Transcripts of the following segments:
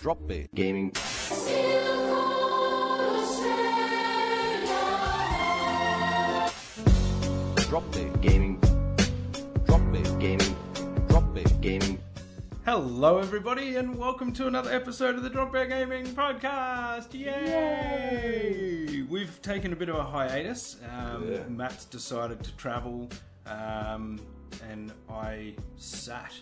drop B. gaming. Drop B. gaming, Drop B. gaming, Drop B. gaming. Hello, everybody, and welcome to another episode of the Drop Bear Gaming Podcast. Yay! We've taken a bit of a hiatus. Um, Matt's decided to travel, um, and I sat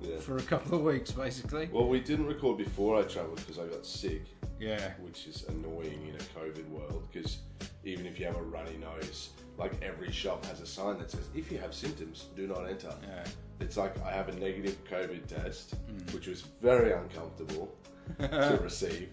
Yeah. for a couple of weeks, basically. Well, we didn't record before I travelled because I got sick, Yeah. which is annoying in a COVID world because even if you have a runny nose, like every shop has a sign that says, if you have symptoms, do not enter. Yeah. Mm. It's like I have a negative COVID test, which was very uncomfortable to receive.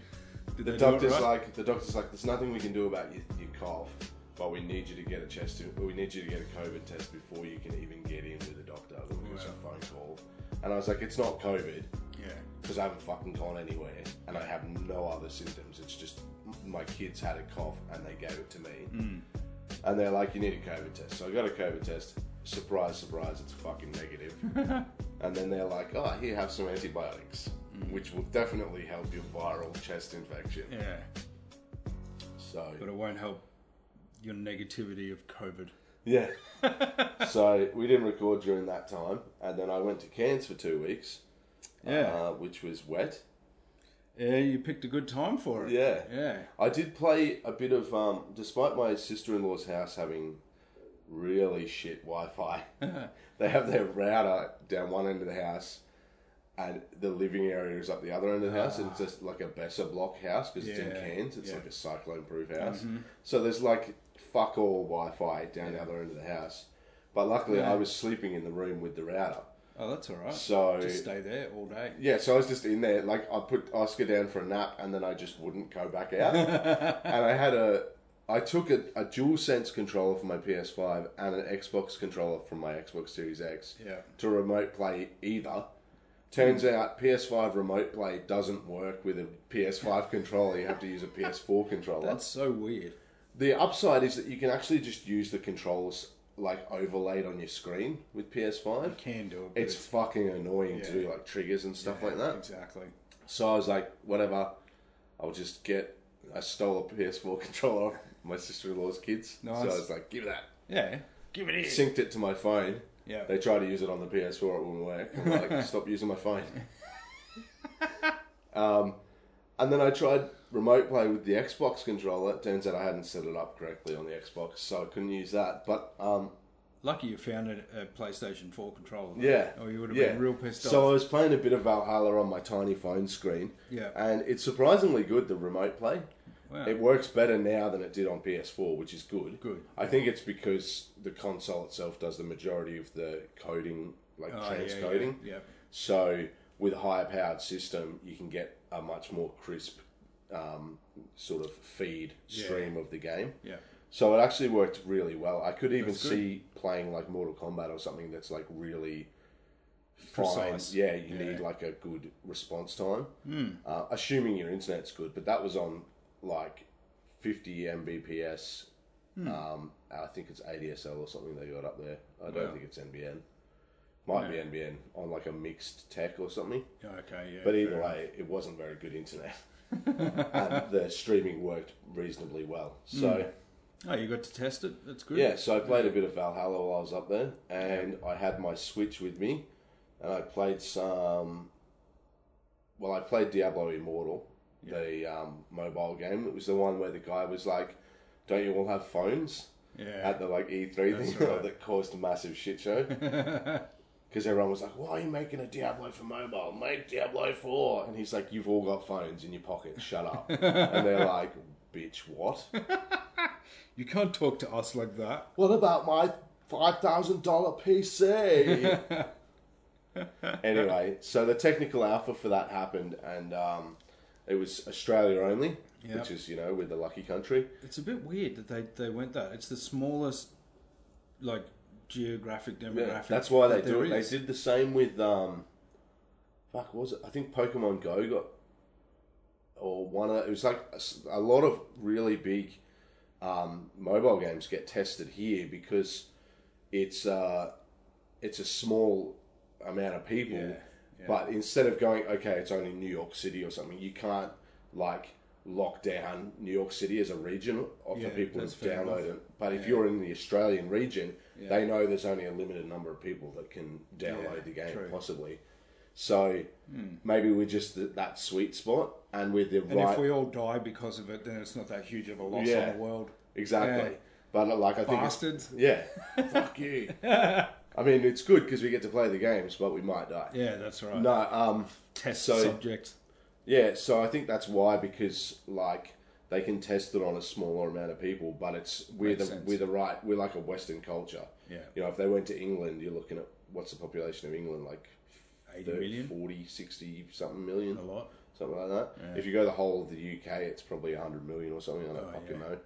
Did they The do it doctor's right? like, the doctor's like, there's nothing we can do about your, your cough, but we need you to get a chest, we need you to get a COVID test before you can even get in with the doctor. We'll give us a phone call, and I was like, it's not COVID Yeah. because I haven't fucking gone anywhere and I have no other symptoms. It's just m- my kids had a cough and they gave it to me. And they're like, you need a COVID test. So I got a COVID test. Surprise, surprise, it's fucking negative. and then they're like, oh, here, have some antibiotics, which will definitely help your viral chest infection. Yeah. So, But it won't help your negativity of COVID. yeah. so we didn't record during that time. And then I went to Cairns for two weeks, Uh-huh. uh, which was wet. yeah, you picked a good time for it. Yeah. Yeah. I did play a bit of, um, despite my sister in law's house having really shit Wi Fi, they have their router down one end of the house and the living area is up the other end of the house. And it's just like a Besser block house because it's in Yeah, Cairns. It's yeah. Mm-hmm. like a cyclone proof house. So there's like fuck all Wi Fi down the other end of the house. But luckily, I was sleeping in the room with the router. Oh, that's all right. So Just stay there all day. yeah, so I was just in there, like I put Oscar down for a nap, and then I just wouldn't go back out. and I had a, I took a, a dual sense controller from my PS5 and an Xbox controller from my Xbox Series X Yeah. Hmm. to remote play either. Turns out PS5 remote play doesn't work with a PS5 controller. You have to use a PS4 controller. That's so weird. The upside is that you can actually just use the controls like overlaid on your screen with PS5. Can do it. but It's fucking annoying to Yeah. do like triggers and stuff like that. Exactly. So I was like, whatever, I'll just get. I stole a PS4 controller off my sister in law's kids. Nice. So I was like, give that. Yeah. Give it in. Synced it to my phone. Yeah. They tried to use it on the PS4, it wouldn't work. I'm like, stop using my phone. um, and then I tried remote play with the Xbox controller. It turns out I hadn't set it up correctly on the Xbox, so I couldn't use that. But um, Lucky you found a, a PlayStation 4 controller. though, Yeah. Or you would have yeah. been real pissed So I off. was playing a bit of Valhalla on my tiny phone screen. Yeah. And it's surprisingly good, the remote play. Wow. It works better now than it did on PS4, which is good. Good. I think it's because the console itself does the majority of the coding, like Oh, yeah, transcoding. Yeah. yeah. So with a higher powered system, you can get a much more crisp um, sort of feed stream of the game. Yeah. So it actually worked really well. I could even That's good. see playing like Mortal Kombat or something that's like really fine. Precise. Yeah, Yeah. you Hmm. need like a good response time. Uh, assuming your internet's good, but that was on like 50 Mbps. Hmm. Um, I think it's ADSL or something they got up there. I don't Wow. think it's NBN. Might Yeah. be NBN on like a mixed tech or something. Yeah, Okay. Yeah. But either fair enough. way, it wasn't very good internet. and the streaming worked reasonably well. So. Oh, you got to test it. That's good. Yeah, so I played a bit of Valhalla while I was up there, and I had my Switch with me, and I played some. Well, I played Diablo Immortal, the um, mobile game. It was the one where the guy was like, "Don't you all have phones?" Yeah. At the like E three thing right. that caused a massive shit show. Because everyone was like, "Why are you making a Diablo for mobile? Make Diablo 4. And he's like, "You've all got phones in your pocket. Shut up." and they're like, "Bitch, what?" You can't talk to us like that. What about my five thousand dollar PC? anyway, so the technical alpha for that happened, and um, it was Australia only, Yeah. which is you know we're the lucky country. It's a bit weird that they, they went that. It's the smallest, like, geographic demographic. that's why they that do there it. is. They did the same with um, fuck what was it? I think Pokemon Go got or one of it was like a s- a lot of really big um, mobile games get tested here because it's uh, it's a small amount of people Yeah. yeah. But instead of going, okay, it's only New York City or something, you can't like lock down New York City as a region of Yeah, the people who that's fair download enough. it. But if you're in the Australian region, Yeah. they know there's only a limited number of people that can download Yeah, the game, true. possibly. So maybe we're just th that sweet spot, and with the And right if we all die because of it, then it's not that huge of a loss Yeah. on the world. exactly. Yeah. But uh, like I think, it's- Bastards. yeah, fuck you. I mean, it's good because we get to play the games, but we might die. yeah, that's right. No, um, Test so- subject. yeah, so I think that's why because like they can test it on a smaller amount of people, but it's we're Makes the sense. we're the right we're like a Western culture. Yeah. You know, if they went to England, you're looking at what's the population of England like 80 30, million? 40, 60 something million, A lot. something like that. If you go the whole of the UK, it's probably 100 million or something. I don't Oh, fucking yeah. know.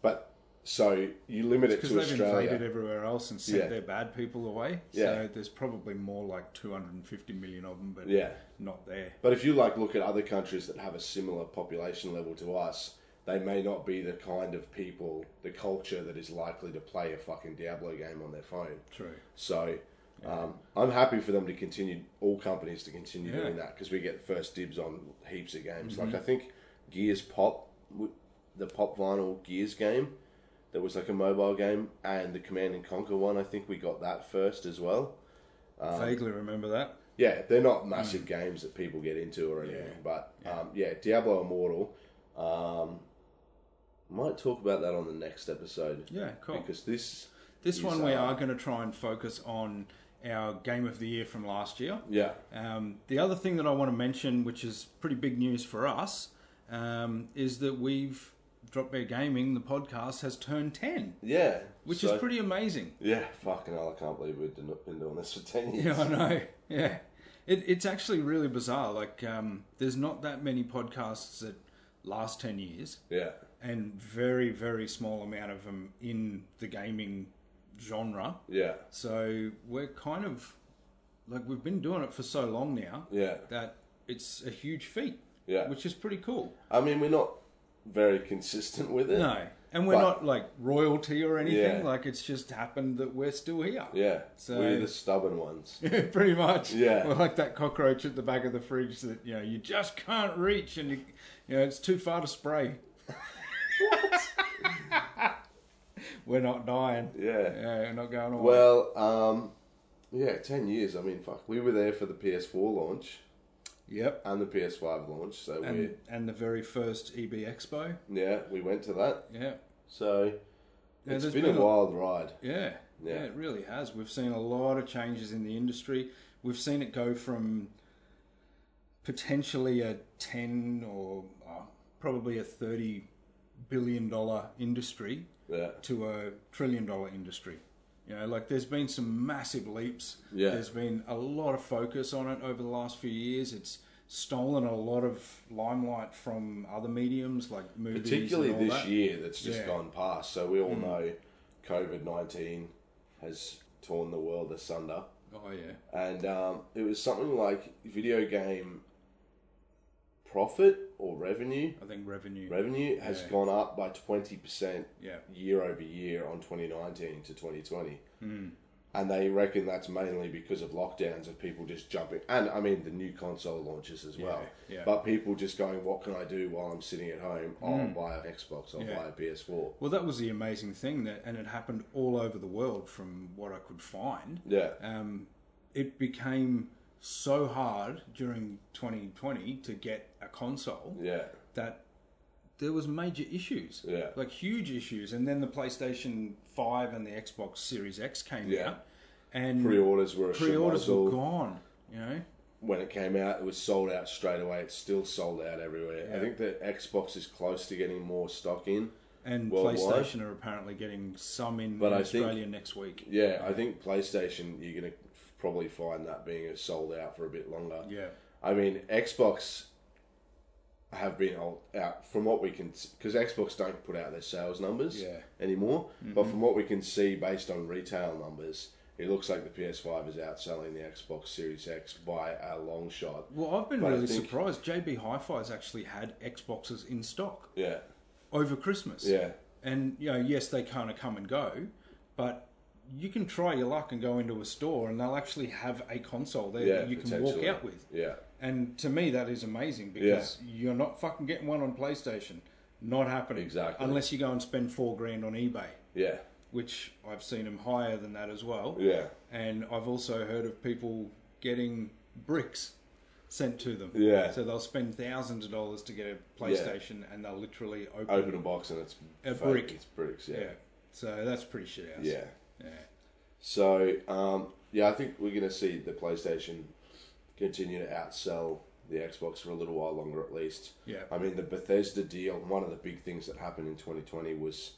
But so you limit it Because to they've Australia. invaded everywhere else and sent Yeah. their bad people away. Yeah. So there's probably more like 250 million of them, but Yeah. not there. But if you like look at other countries that have a similar population level to us, they may not be the kind of people, the culture that is likely to play a fucking Diablo game on their phone. True. So um, I'm happy for them to continue, all companies to continue Yeah. doing that because we get first dibs on heaps of games. Like I think Gears Pop, w- the Pop Vinyl Gears game, that was like a mobile game, and the Command and Conquer one. I think we got that first as well. Um, Vaguely remember that. Yeah, they're Hmm. not massive games that people get into or anything, but um, yeah, Diablo Immortal. Um, might talk about that on the next episode. Yeah, cool. Because this, This is, one we uh, are going to try and focus on our game of the year from last year. yeah, Um, the other thing that I want to mention, which is pretty big news for us, um, is that we've Drop Bear Gaming, the podcast, has turned ten, yeah, which so- is pretty amazing. Yeah, fucking hell, I can't believe we've done- been doing this for ten years. Yeah, I know. Yeah, it, it's actually really bizarre. Like, um, there's not that many podcasts that last ten years, Yeah, and very very small amount of them in the gaming genre. yeah, So we're kind of like we've been doing it for so long now yeah, that it's a huge feat, yeah. which is pretty cool. I mean, we're not very consistent with it. No, and we're But- not like royalty or anything. Yeah. Like it's just happened that we're still here. Yeah, So- we're the stubborn ones. Pretty much, Yeah. We're like that cockroach at the back of the fridge that you know you just can't reach, and you, you know it's too far to spray. we're not dying. Yeah. Yeah, we're not going away. Well, um, yeah, ten years. I mean, fuck, we were there for the PS4 launch. yep. and the PS5 launch. So we And, and the very first EB Expo. yeah, we went to that. Yeah. So Yeah, it's there's been, been a a- wild ride. Yeah, yeah, Yeah. it really has. We've seen a lot of changes in the industry. We've seen it go from potentially a 10 or uh, probably a 30 billion dollar industry Yeah, to a trillion dollar industry. You know, like there's been some massive leaps. Yeah. There's been a lot of focus on it over the last few years. It's stolen a lot of limelight from other mediums like movies. particularly and all this that. year that's just Yeah. Hmm. gone past. So we all know COVID nineteen has torn the world asunder, Oh, yeah. and um, it was something like video game profit or revenue. I think revenue. Revenue has Yeah. gone up by twenty percent yeah. year over year on 2019 to 2020. Hmm. And they reckon that's mainly because of lockdowns of people just jumping. And I mean, the new console launches as well. yeah. But people just going, what can I do while I'm sitting at home? I'll buy an Xbox, I'll Hmm. Yeah. buy a PS4. Well, that was the amazing thing that, and it happened all over the world from what I could find. Yeah. Um, it became so hard during 2020 to get a console Yeah. that there was major issues, Yeah. like huge issues. And then the PlayStation Five and the Xbox Series X came Yeah. out, and Pre orders were a pre-orders were schmozzle. gone. You know, When it came out, it was sold out straight away. It's still sold out everywhere. I Yeah. think the Xbox is close to getting more stock in. and Worldwide. PlayStation are apparently getting some in But I think- Australia next week. Yeah, I think PlayStation, you're going to probably find that being sold out for a bit longer. Yeah, I mean, Xbox have been all out from what we can because Xbox don't put out their sales numbers Yeah. Mm-hmm. anymore. But from what we can see, based on retail numbers, it looks like the PS5 is outselling the Xbox Series X by a long shot. Well, I've been But I really think- surprised. JB Hi-Fi's actually had Xboxes in stock Yeah, over Christmas. yeah, And you know, yes, they kind of come and go, but you can try your luck and go into a store and they'll actually have a console there Yeah, that you can walk potentially. out with. Yeah, And to me, that is amazing because you're not fucking getting one on PlayStation. Not happening. Exactly. Unless you go and spend four grand on eBay, yeah, which I've seen them higher than that as well. yeah, And I've also heard of people getting bricks sent to them. Yeah. So they'll spend thousands of dollars to get a PlayStation and they'll literally open, open a box and it's A fake, brick. It's bricks. Yeah. Yeah, So that's pretty shit house. yeah. Yeah. So um, yeah, I think we're going to see the PlayStation continue to outsell the Xbox for a little while longer, at least. Yeah. I mean, the Bethesda deal. One of the big things that happened in 2020 was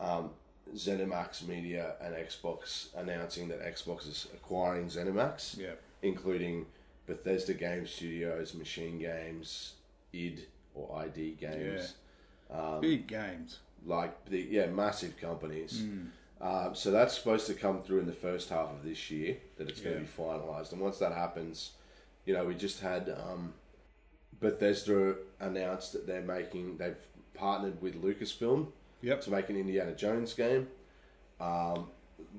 um, ZeniMax Media and Xbox announcing that Xbox is acquiring ZeniMax, Yeah. including Bethesda Game Studios, Machine Games, ID or ID Games Yeah. Um, Big games. like the yeah massive companies. Uh, so that's supposed to come through in the first half of this year that it's going Yeah. to be finalized. And once that happens, you know we just had um, Bethesda announced that they're making they've partnered with Lucasfilm Yep. to make an Indiana Jones game. Um,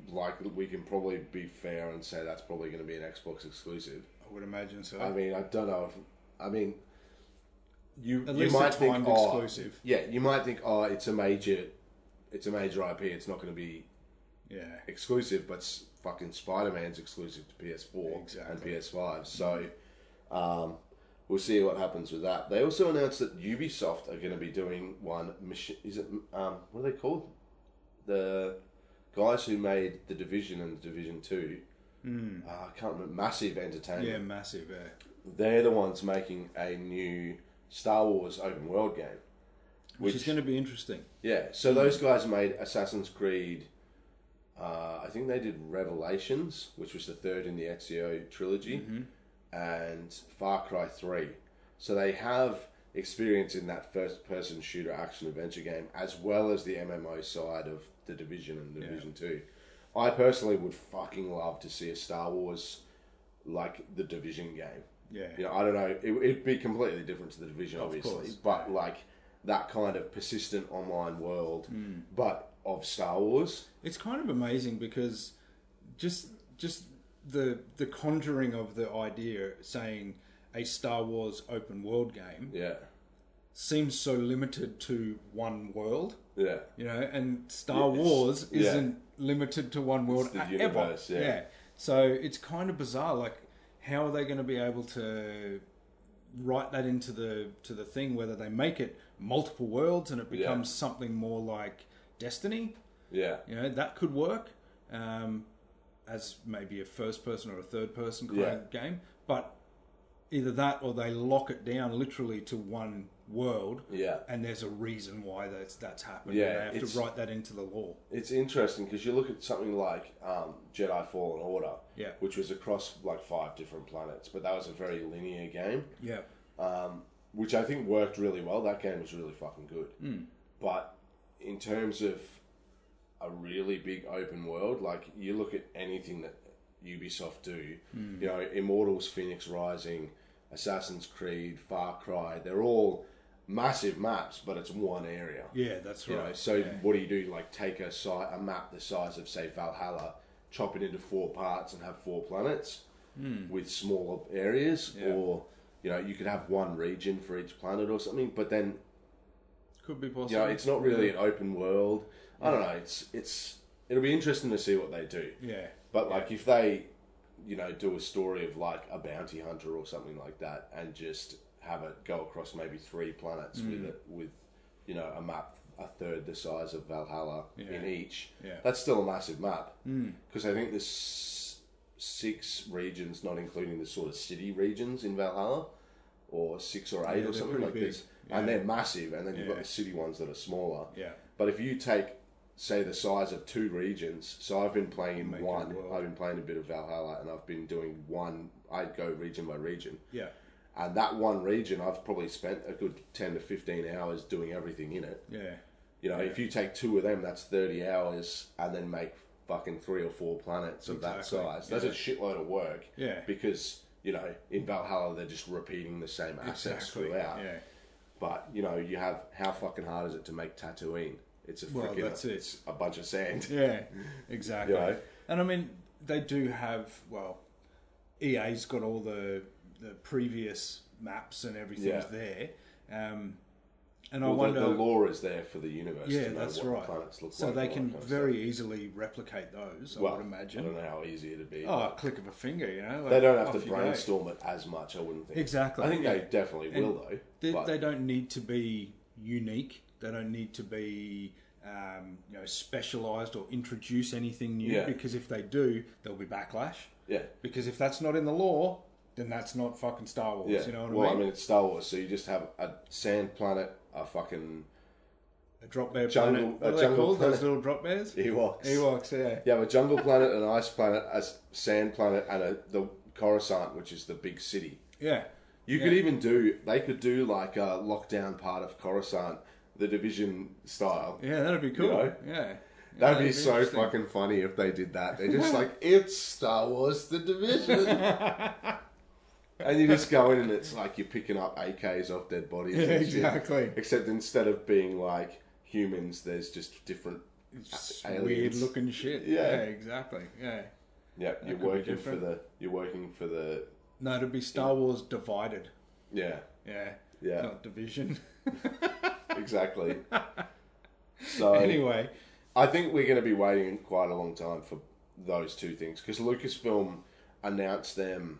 like we can probably be fair and say that's probably going to be an Xbox exclusive. I would imagine so. I mean, I don't know. If, I mean, you At you least a might think timed oh, exclusive. Yeah, you might think oh, it's a major, it's a major IP. It's not going to be yeah. exclusive, but s- fucking Spider Man's exclusive to PS4 and Exactly. PS5. So um, we'll see what happens with that. They also announced that Ubisoft are going to be doing one. machi- Is it um, what are they called? The guys who made the Division and the Division Two. Uh, I can't remember. Massive Entertainment Hmm. Yeah, massive. eh? Yeah. they're the ones making a new Star Wars open world game. Which, is going to be interesting. yeah, so those guys made Assassin's Creed. Uh, I think they did Revelations, which was the third in the Ezio trilogy, and Far Cry Three. So they have experience in that first-person shooter action adventure game, as well as the MMO side of the Division and Division Two. I personally would fucking love to see a Star Wars like the Division game. Yeah. You know, I don't know. It, it'd be completely different to the division, obviously, course. but like that kind of persistent online world, Hmm. but of Star Wars. It's kind of amazing because just just the the conjuring of the idea saying a Star Wars open world game Yeah, seems so limited to one world, yeah, you know, and Star It's- Wars yeah. isn't limited to one world the a- universe, yeah. ever. So it's kind of bizarre like how are they going to be able to write that into the to the thing whether they make it multiple worlds and it Yeah. becomes something more like Destiny yeah, you know that could work um, as maybe a first person or a third person kind of game but either that or they lock it down literally to one world yeah. and there's a reason why that's that's happened Yeah, and they have it's- to write that into the law It's interesting because you look at something like um, Jedi Fallen Order, Yeah. which was across like five different planets, but that was a very linear game. yeah which I think worked really well. That game was really fucking good. But in terms of a really big open world, like you look at anything that Ubisoft do, you know, Immortals, Phoenix Rising, Assassin's Creed, Far Cry, they're all massive maps, but it's one area. yeah that's You right know, so what do you do? Like take a si- a map the size of say Valhalla, chop it into four parts and have four planets Hmm. with smaller areas, or you know you could have one region for each planet or something. But then could be possible you know it's not really an open world. I don't know. It's it's it'll be interesting to see what they do. yeah But like if they you know do a story of like a bounty hunter or something like that, and just have it go across maybe three planets Mm. with it with you know a map a third the size of Valhalla in Yeah. each. Yeah. Mm. That's still a massive map because I think there's s- six regions, not including the sort of city regions in Valhalla. Or six or eight they're or something pretty like big. this, and they're massive. And then you've got Yeah. the city ones that are smaller. yeah But if you take, say, the size of two regions, so I've been playing in Make it one, world. I've been playing a bit of Valhalla, and I've been doing one, I'd go region by region. yeah And that one region, I've probably spent a good 10 to 15 hours doing everything in it. yeah You know, if you take two of them, that's 30 hours, and then make fucking three or four planets of that Exactly, size. That's a shitload of work. Yeah. Because, you know, in Valhalla, they're just repeating the same assets exactly throughout. yeah But, you know, you have, how fucking hard is it to make Tatooine? It's a Well, freaking that's it. it's a bunch of sand. Yeah, exactly. Yeah. And I mean, they do have well, EA's got all the the previous maps and everything's there. Um, and I Well, wonder, the, the law is there for the universe. yeah, to know that's what right. The planets look so like they and all can that kind of very stuff. easily replicate those. well, I would imagine. I don't know how easy it'd be. Oh, a but click of a finger, you know. Like, they don't have off to you go. brainstorm it as much. I wouldn't think. Exactly, I think they yeah. definitely And will though. They, but they don't need to be unique. They don't need to be um, you know specialized or introduce anything new Yeah. because if they do, there'll be backlash. yeah. Because if that's not in the law, then that's not fucking Star Wars. Yeah. You know what well, I mean? it's Star Wars, so you just have a sand planet, a fucking a drop bear jungle- planet. a What are they jungle called? planet. Those little drop bears? Ewoks. Ewoks, yeah. You have a jungle planet, an ice planet, a s- sand planet, and a, the Coruscant, which is the big city. Yeah. You could even do. They could do like a lockdown part of Coruscant, the division style. Yeah, that'd be cool. know? Yeah. That'd be That'd be so interesting. fucking funny if they did that. They're just like, it's Star Wars The Division. and you just go in and it's like you're picking up AKs off dead bodies. Yeah, and shit. exactly. Except instead of being like humans, there's just different. Weird aliens. looking shit. Yeah. exactly. Yeah. Yep, you're could be working for different. the. You're working for the. No, it'd be Star Wars divided. Yeah, Yeah. Yeah. Not division. exactly. so anyway, I think we're going to be waiting quite a long time for those two things because Lucasfilm announced them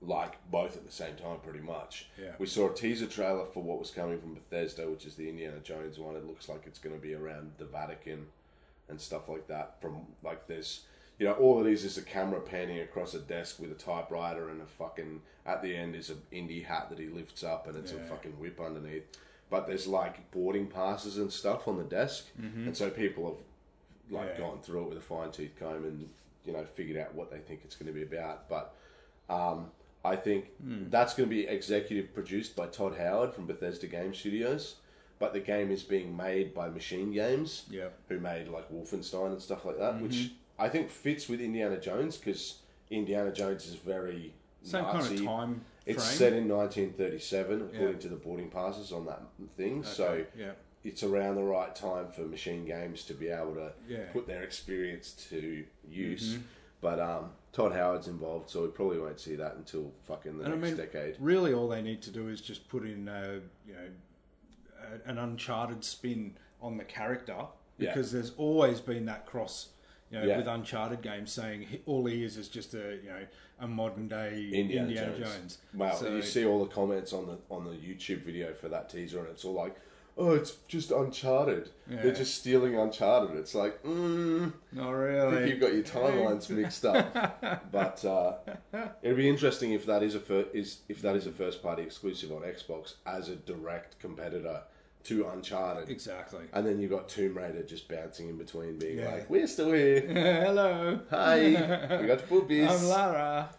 like both at the same time, pretty much. Yeah. We saw a teaser trailer for what was coming from Bethesda, which is the Indiana Jones one. It looks like it's going to be around the Vatican and stuff like that. From like this, you know, all it is is a camera panning across a desk with a typewriter and a fucking. At the end is an indie hat that he lifts up, and it's a fucking whip underneath. But there's like boarding passes and stuff on the desk, and so people have like Yeah. gone through it with a fine tooth comb and you know figured out what they think it's going to be about. But um, I think Hmm. that's going to be executive produced by Todd Howard from Bethesda Game Studios. But the game is being made by Machine Games, Yeah. Mm-hmm. who made like Wolfenstein and stuff like that, which I think fits with Indiana Jones because Indiana Jones is very same Nazi. kind of time It's frame. set in 1937, according Yeah. to the boarding passes on that thing. So yeah. it's around the right time for machine games to be able to Yeah. Mm-hmm. put their experience to use. But um, Todd Howard's involved, so we probably won't see that until fucking the And I next mean, decade. really, all they need to do is just put in, a, you know, a, an uncharted spin on the character Yeah. because there's always been that cross, you know, Yeah. with uncharted games saying he, all he is is just a, you know, a modern day Indiana, Indiana, Jones. Wow, So- you see all the comments on the on the YouTube video for that teaser, and it's all like, "Oh, it's just Uncharted. Yeah. They're just stealing Uncharted." It's like, mm, not I think really. you've got your timelines mixed up. But uh, it'd be interesting if that is a fir- is if that is a first party exclusive on Xbox as a direct competitor to Uncharted. Exactly. And then you've got Tomb Raider just bouncing in between, being Yeah. like, "We're still here. Hello, Hi, we got boobies." I'm Lara.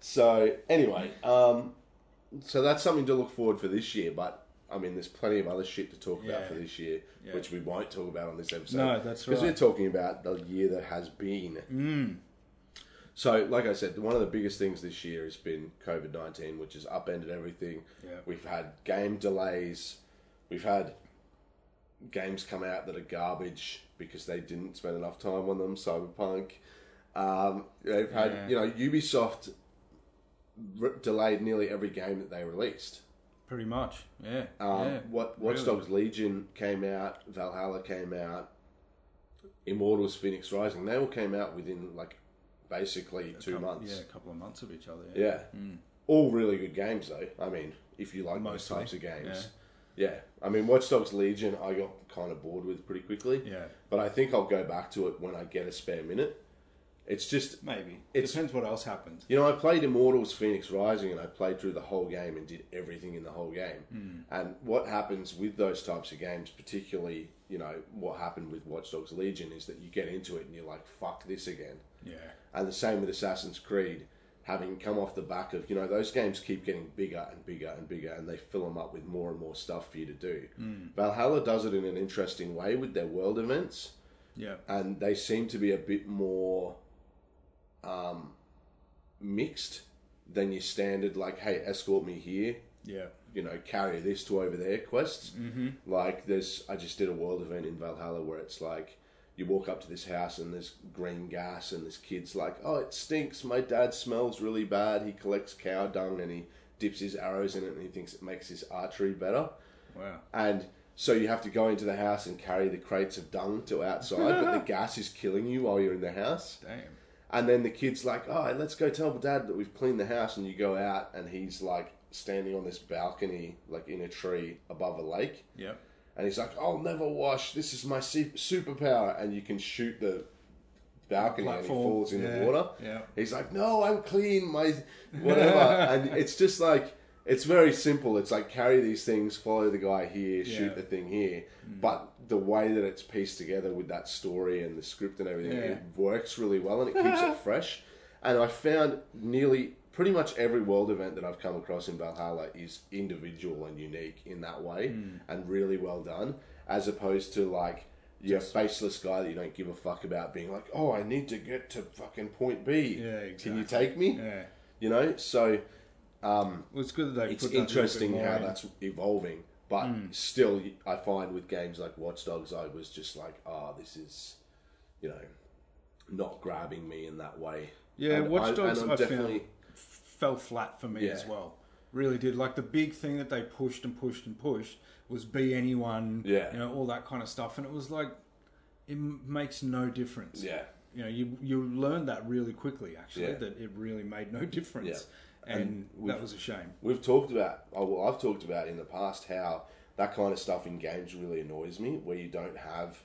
So anyway, um, so that's something to look forward for this year. But I mean, there's plenty of other shit to talk about Yeah. for this year, Yeah. which we won't talk about on this episode. No, that's Because right. we're talking about the year that has been. Mm. So, like I said, one of the biggest things this year has been COVID nineteen, which has upended everything. Yeah. We've had game delays. We've had games come out that are garbage because they didn't spend enough time on them. Cyberpunk. Um, they've had Yeah. you know Ubisoft r- delayed nearly every game that they released. Pretty much, yeah. Um, yeah. what Watch really. Dogs Legion came out, Valhalla came out, Immortals: Phoenix Rising. They all came out within like basically two Couple- months. Yeah, a couple of months of each other. Yeah, all really good games though. I mean, if you like those Mm. Mostly, types of games. yeah, I mean, Watch Dogs Legion, I got kind of bored with pretty quickly. Yeah. but I think I'll go back to it when I get a spare minute. It's just Maybe. It's- Depends what else happens. You know, I played Immortals Phoenix Rising and I played through the whole game and did everything in the whole game. Hmm. And what happens with those types of games, particularly, you know, what happened with Watch Dogs Legion is that you get into it and you're like, fuck this again. Yeah. And the same with Assassin's Creed, having come off the back of, you know, those games keep getting bigger and bigger and bigger and they fill them up with more and more stuff for you to do. Valhalla does it in an interesting way with their world events Yeah. and they seem to be a bit more um, mixed than your standard like hey escort me here Yeah. you know, carry this to over there quests. Mm-hmm. Like there's, I just did a world event in Valhalla where it's like you walk up to this house and there's green gas and this kid's like, oh, it stinks. My dad smells really bad. He collects cow dung and he dips his arrows in it and he thinks it makes his archery better. Wow. And so you have to go into the house and carry the crates of dung to outside, but the gas is killing you while you're in the house. Damn. And then the kid's like, "Oh, let's go tell dad that we've cleaned the house." And you go out, and he's like standing on this balcony, like in a tree above a lake, Yep. and he's like, "I'll never wash. This is my su- superpower." And you can shoot the balcony, and he Platform. falls in Yeah. the water. Yeah. He's like, "No, I'm clean. My whatever." and it's just like. It's very simple. It's like carry these things, follow the guy here, Yeah. shoot the thing here. Mm. But the way that it's pieced together with that story and the script and everything, Yeah. it works really well and it keeps it fresh. And I found nearly pretty much every world event that I've come across in Valhalla is individual and unique in that way Mm. and really well done, as opposed to like your faceless guy that you don't give a fuck about being like, oh, I need to get to fucking point B. Yeah, Can exactly. you take me? Yeah. You know, so Well, it's good that they it's put that little bit interesting more how in. Hmm. that's evolving. But still, I find with games like Watch Dogs, I was just like, ah, this is, you know, not grabbing me in that way. Yeah, And Watch I- Dogs and I, I'm definitely- found fell flat for me Yeah. as well. Really did. Like the big thing that they pushed and pushed and pushed was be anyone, Yeah. you know, all that kind of stuff. And it was like, it m- makes no difference. Yeah. You know, you you learned that really quickly, actually, Yeah. that it really made no difference. Yeah. And, And that we've- was a shame. We've talked about, oh, well, I've talked about in the past how that kind of stuff in games really annoys me, where you don't have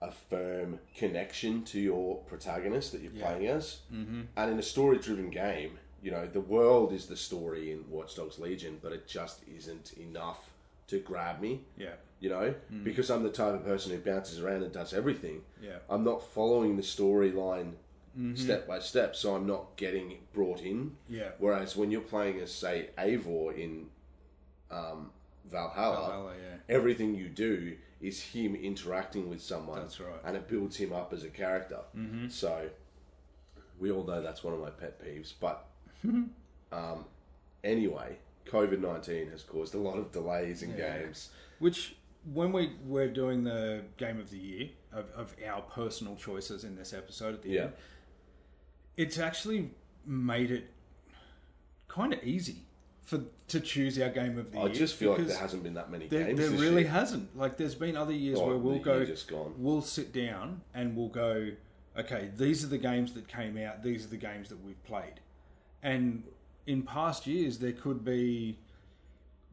a firm connection to your protagonist that you're playing as. Mm-hmm. And in a story driven game, you know, the world is the story in Watch Dogs Legion, but it just isn't enough to grab me. Yeah. Mm. You know, because I'm the type of person who bounces around and does everything. Yeah. Mm-hmm. I'm not following the storyline step by step, so I'm not getting brought in. Yeah. Whereas when you're playing as say Eivor in um, Valhalla, Valhalla, yeah. everything you do is him interacting with someone. That's right. And it builds him up as a character. Mm-hmm. So we all know that's one of my pet peeves. But um, anyway, COVID nineteen has caused a lot of delays in games. Which, when we were doing the game of the year of, of our personal choices in this episode at the Yeah. end, it's actually made it kind of easy for to choose our game of the I year. just feel like because there hasn't been that many there, games. there this really year. hasn't. Like, there's been other years Oh, where we'll the go, year just gone. we'll sit down and we'll go, okay, these are the games that came out. These are the games that we've played. And in past years, there could be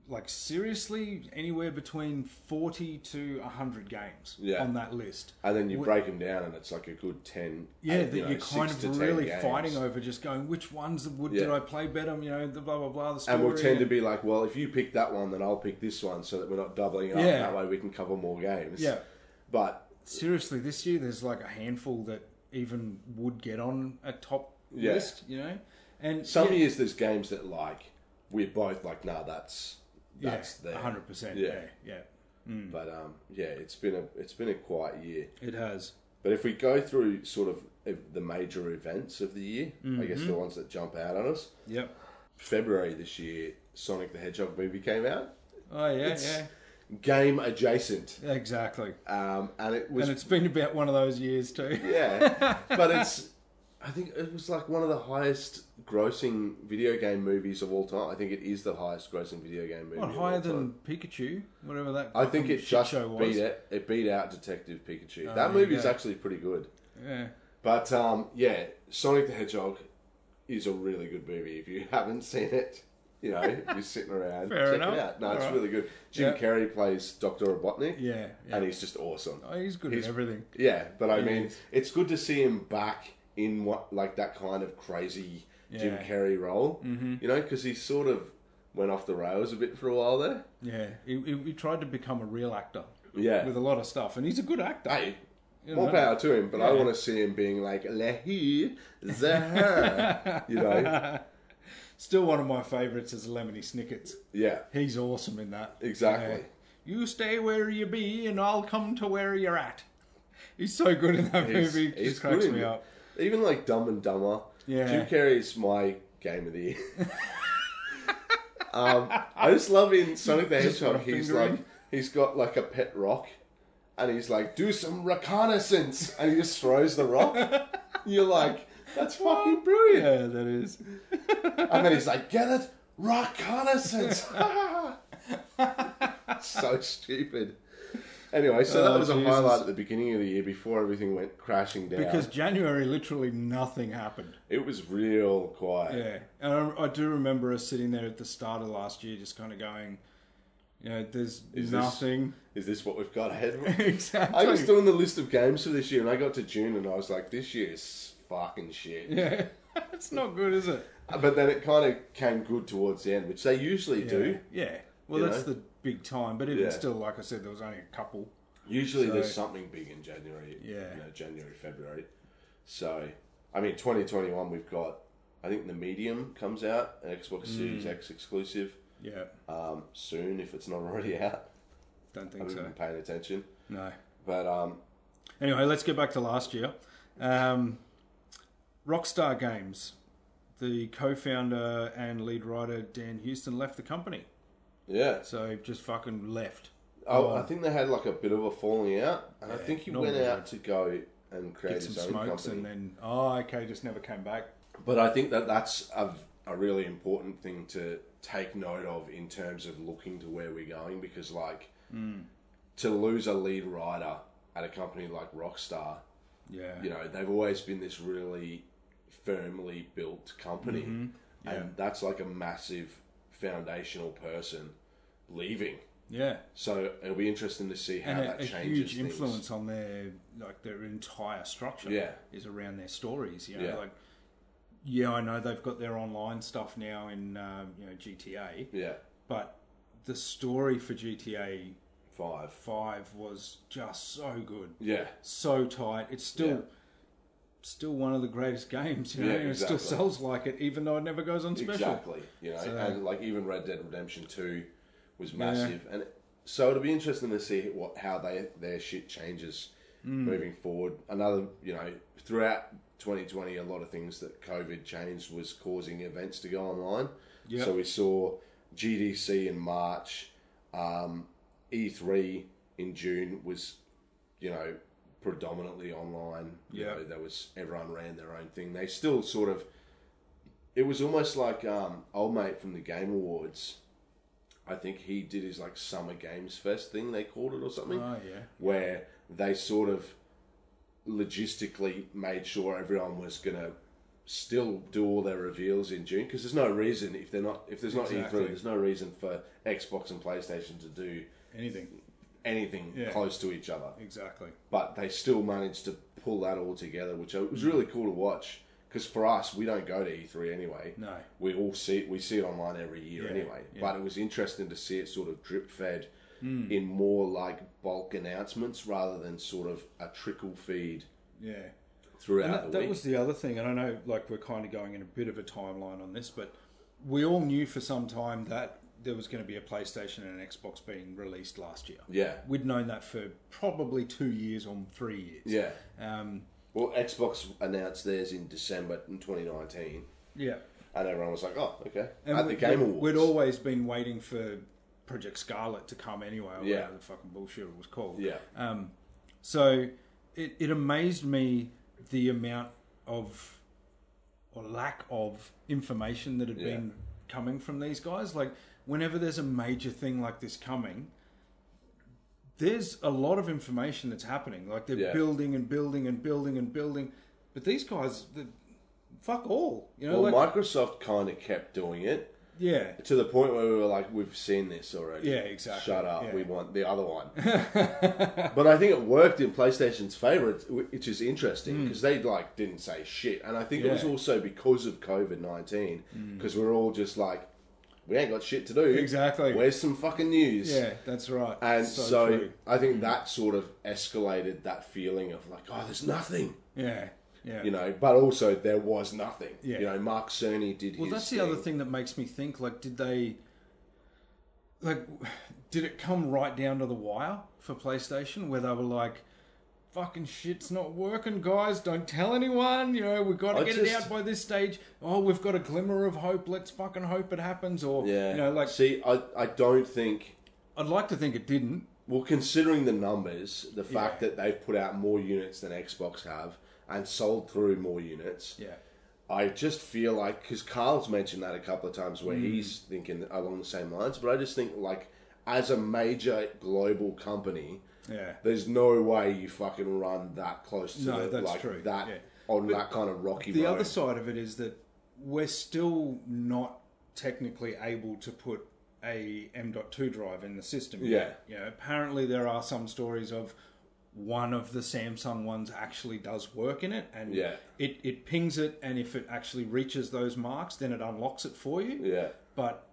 like seriously anywhere between 40 to 100 games Yeah. on that list. And then you break 'em break them down, and it's like a good ten. Yeah, eight, that you know, you're kind six to of 10 really games. fighting over just going, which ones would, did Yeah. I play better? You know, the blah, blah, blah. The story And we'll tend to be like, well, if you pick that one, then I'll pick this one, so that we're not doubling it up. Yeah. That way, we can cover more games. Yeah. But seriously, this year there's like a handful that even would get on a top Yeah. list, you know. And some yeah, years there's games that like we're both like, nah, that's that's yeah, there, hundred percent. Hmm. Yeah. Yeah, yeah, But um, yeah, it's been a it's been a quiet year. it has. But if we go through sort of if the major events of the year, I guess Mm-hmm. the ones that jump out on us, Yep. February this year, Sonic the Hedgehog movie came out. Oh yeah, It's- Game adjacent, yeah, exactly. um, and it was And it's been about one of those years too. yeah. But it's, I think it was like one of the highest grossing video game movies of all time. I think it is the highest grossing video game movie. What of all higher time. than Pikachu, whatever that. I think fucking it shit just show was. Oh, beat it. It beat out Detective Pikachu. there that you movie's go. actually pretty good. Yeah, But um, yeah, Sonic the Hedgehog is a really good movie. If you haven't seen it, you know you're sitting around. Fair check enough. it out. No, All it's right. really good. Jim Yeah. Carrey plays Doctor Robotnik. yeah, yeah. and he's just awesome. oh, he's good he's- at everything. Yeah, but I mean, is. it's good to see him back in what like that kind of crazy Jim Yeah. Carrey role. Mm-hmm. You know, because he sort of went off the rails a bit for a while there. Yeah, he, he, he tried to become a real actor Yeah. with a lot of stuff, and he's a good actor. hey, You more know? power to him, but I Yeah. want to see him being like Lehi Zahar. you know, Still, one of my favourites is Lemony Snicket's. yeah, He's awesome in that. Yeah. Exactly. You stay where you be, and I'll come to where you're at. He's so good in that he's, movie. It he's just cracks good in me it. up. Even like Dumb and Dumber. Yeah. Jim Carrey's my game of the year. Um, I just love in Sonic the Hedgehog. put a He's finger like in. he's got like a pet rock, and he's like, "Do some reconnaissance," and he just throws the rock. You're like, "That's fucking brilliant!" Yeah, that is. And then he's like, "Get it, reconnaissance." so stupid. Anyway, so Oh, that was a Jesus. highlight at the beginning of the year before everything went crashing down. Because January, literally nothing happened. it was real quiet. Yeah, and I, I do remember us sitting there at the start of last year, just kind of going, you know, there's this- nothing. Is this what we've got ahead? exactly. I was doing the list of games for this year, and I got to June, and I was like, "This year is fucking shit." Uh, yeah, it's not good, is it? But then it kind of came good towards the end, which they usually do. Yeah. Yeah. Well, You that's know? the big time, but even Yeah. still, like I said, there was only a couple. Usually, So- there's something big in January. Yeah. you know, January, February. So, I mean, 2021, we've got. I think the Medium comes out, an Xbox Mm. Series X exclusive, Yeah, um, soon if it's not already out. don't I think haven't so. been paying attention, No. but um, Anyway, let's get back to last year. Um, Rockstar Games, the co-founder and lead writer Dan Houston left the company, yeah, so just fucking left. Oh, I think they had like a bit of a falling out, and I Yeah, think he not went really. out to go and create Get some his own smokes company. and then oh, okay, just never came back. But I think that that's a, a really important thing to take note of in terms of looking to where we're going, because like Hmm. to lose a lead writer at a company like Rockstar, Yeah, you know, they've always been this really firmly built company, Mm-hmm. and that's like a massive foundational person leaving. yeah, So it'll be interesting to see how and that a, a changes huge things. influence on their like their entire structure. Yeah. is around their stories. You know, Yeah. like yeah, I know they've got their online stuff now in um, you know GTA, Yeah, but the story for GTA five. Five was just so good, Yeah, so tight. It's still. Yeah. Still one of the greatest games, you know, Yeah, and it still exactly. sells like it, even though it never goes on special. exactly. You know, So- and like even Red Dead Redemption Two was massive, and so it'll be interesting to see what how they their shit changes Mm. moving forward. Another, you know, throughout 2020, a lot of things that COVID changed was causing events to go online. Yep. So we saw GDC in March, um, E3 in June was, you know, predominantly online. You Yeah. know, there was everyone ran their own thing. They still sort of it was almost like um, old mate from the Game Awards. I think he did his like summer games fest thing they called it or something, Oh yeah, where they sort of logistically made sure everyone was gonna still do all their reveals in June because there's no reason if they're not if there's not Exactly. E3 there's no reason for Xbox and PlayStation to do anything anything Yeah. close to each other exactly. but they still managed to pull that all together, which it was really cool to watch. Because for us, we don't go to E3 anyway. No. we all see it, we see it online every year Yeah, anyway. yeah. Hmm. But it was interesting to see it sort of drip fed in more like bulk announcements rather than sort of a trickle feed Yeah. throughout And that, the that week. was the other thing, and I know like we're kind of going in a bit of a timeline on this, but we all knew for some time that there was going to be a PlayStation and an Xbox being released last year. yeah, We'd known that for probably two years or three years. yeah. Um, Well, Xbox announced theirs in December in 2019, yeah. and everyone was like, "Oh, okay." And At we- the Game we'd, Awards, We'd always been waiting for Project Scarlet to come anyway, or Yeah. whatever the fucking bullshit it was called. yeah, So it, it amazed me the amount of or lack of information that had Yeah. been coming from these guys. Like whenever there's a major thing like this coming, there's a lot of information that's happening. Like they're Yeah. building and building and building and building, but these guys, the fuck all. You know, well, like, Microsoft kind of kept doing it. yeah, to the point where we were like, we've seen this already. Yeah, exactly. Shut up. Yeah. We want the other one. but I think it worked in PlayStation's favor, which is interesting because they like didn't say shit, and I think it was Mm. Yeah. Mm. also because of COVID nineteen because we're all just like, we ain't got shit to do. Exactly. Where's some fucking news? yeah, that's right. And so, So true. Mm. I think that sort of escalated that feeling of like, oh, there's nothing, yeah, yeah, you know. But also there was nothing. Yeah. You know, Mark Cerny did. Well, his that's the thing. other thing that makes me think. Like, did they, like, did it come right down to the wire for PlayStation, where they were like, fucking shit's not working, guys. Don't tell anyone. You know, we've got to I get it just- out by this stage. Oh, we've got a glimmer of hope. Let's fucking hope it happens. Or, Yeah. you know, like, see, I I don't think. I'd like to think it didn't. Well, considering the numbers, the fact that they've put out more units than Xbox have and sold through more units, Yeah. I just feel like because Carl's mentioned that a couple of times Mm. where he's thinking along the same lines, but I just think like as a major global company, Yeah. there's no way you fucking run that close to No, the, that's like true, that yeah. on that kind of rocky The road. other side of it is that we're still not technically able to put a M.2 drive in the system. yet. You know, apparently there are some stories of one of the Samsung ones actually does work in it and Yeah. it, it pings it and if it actually reaches those marks then it unlocks it for you. yeah, But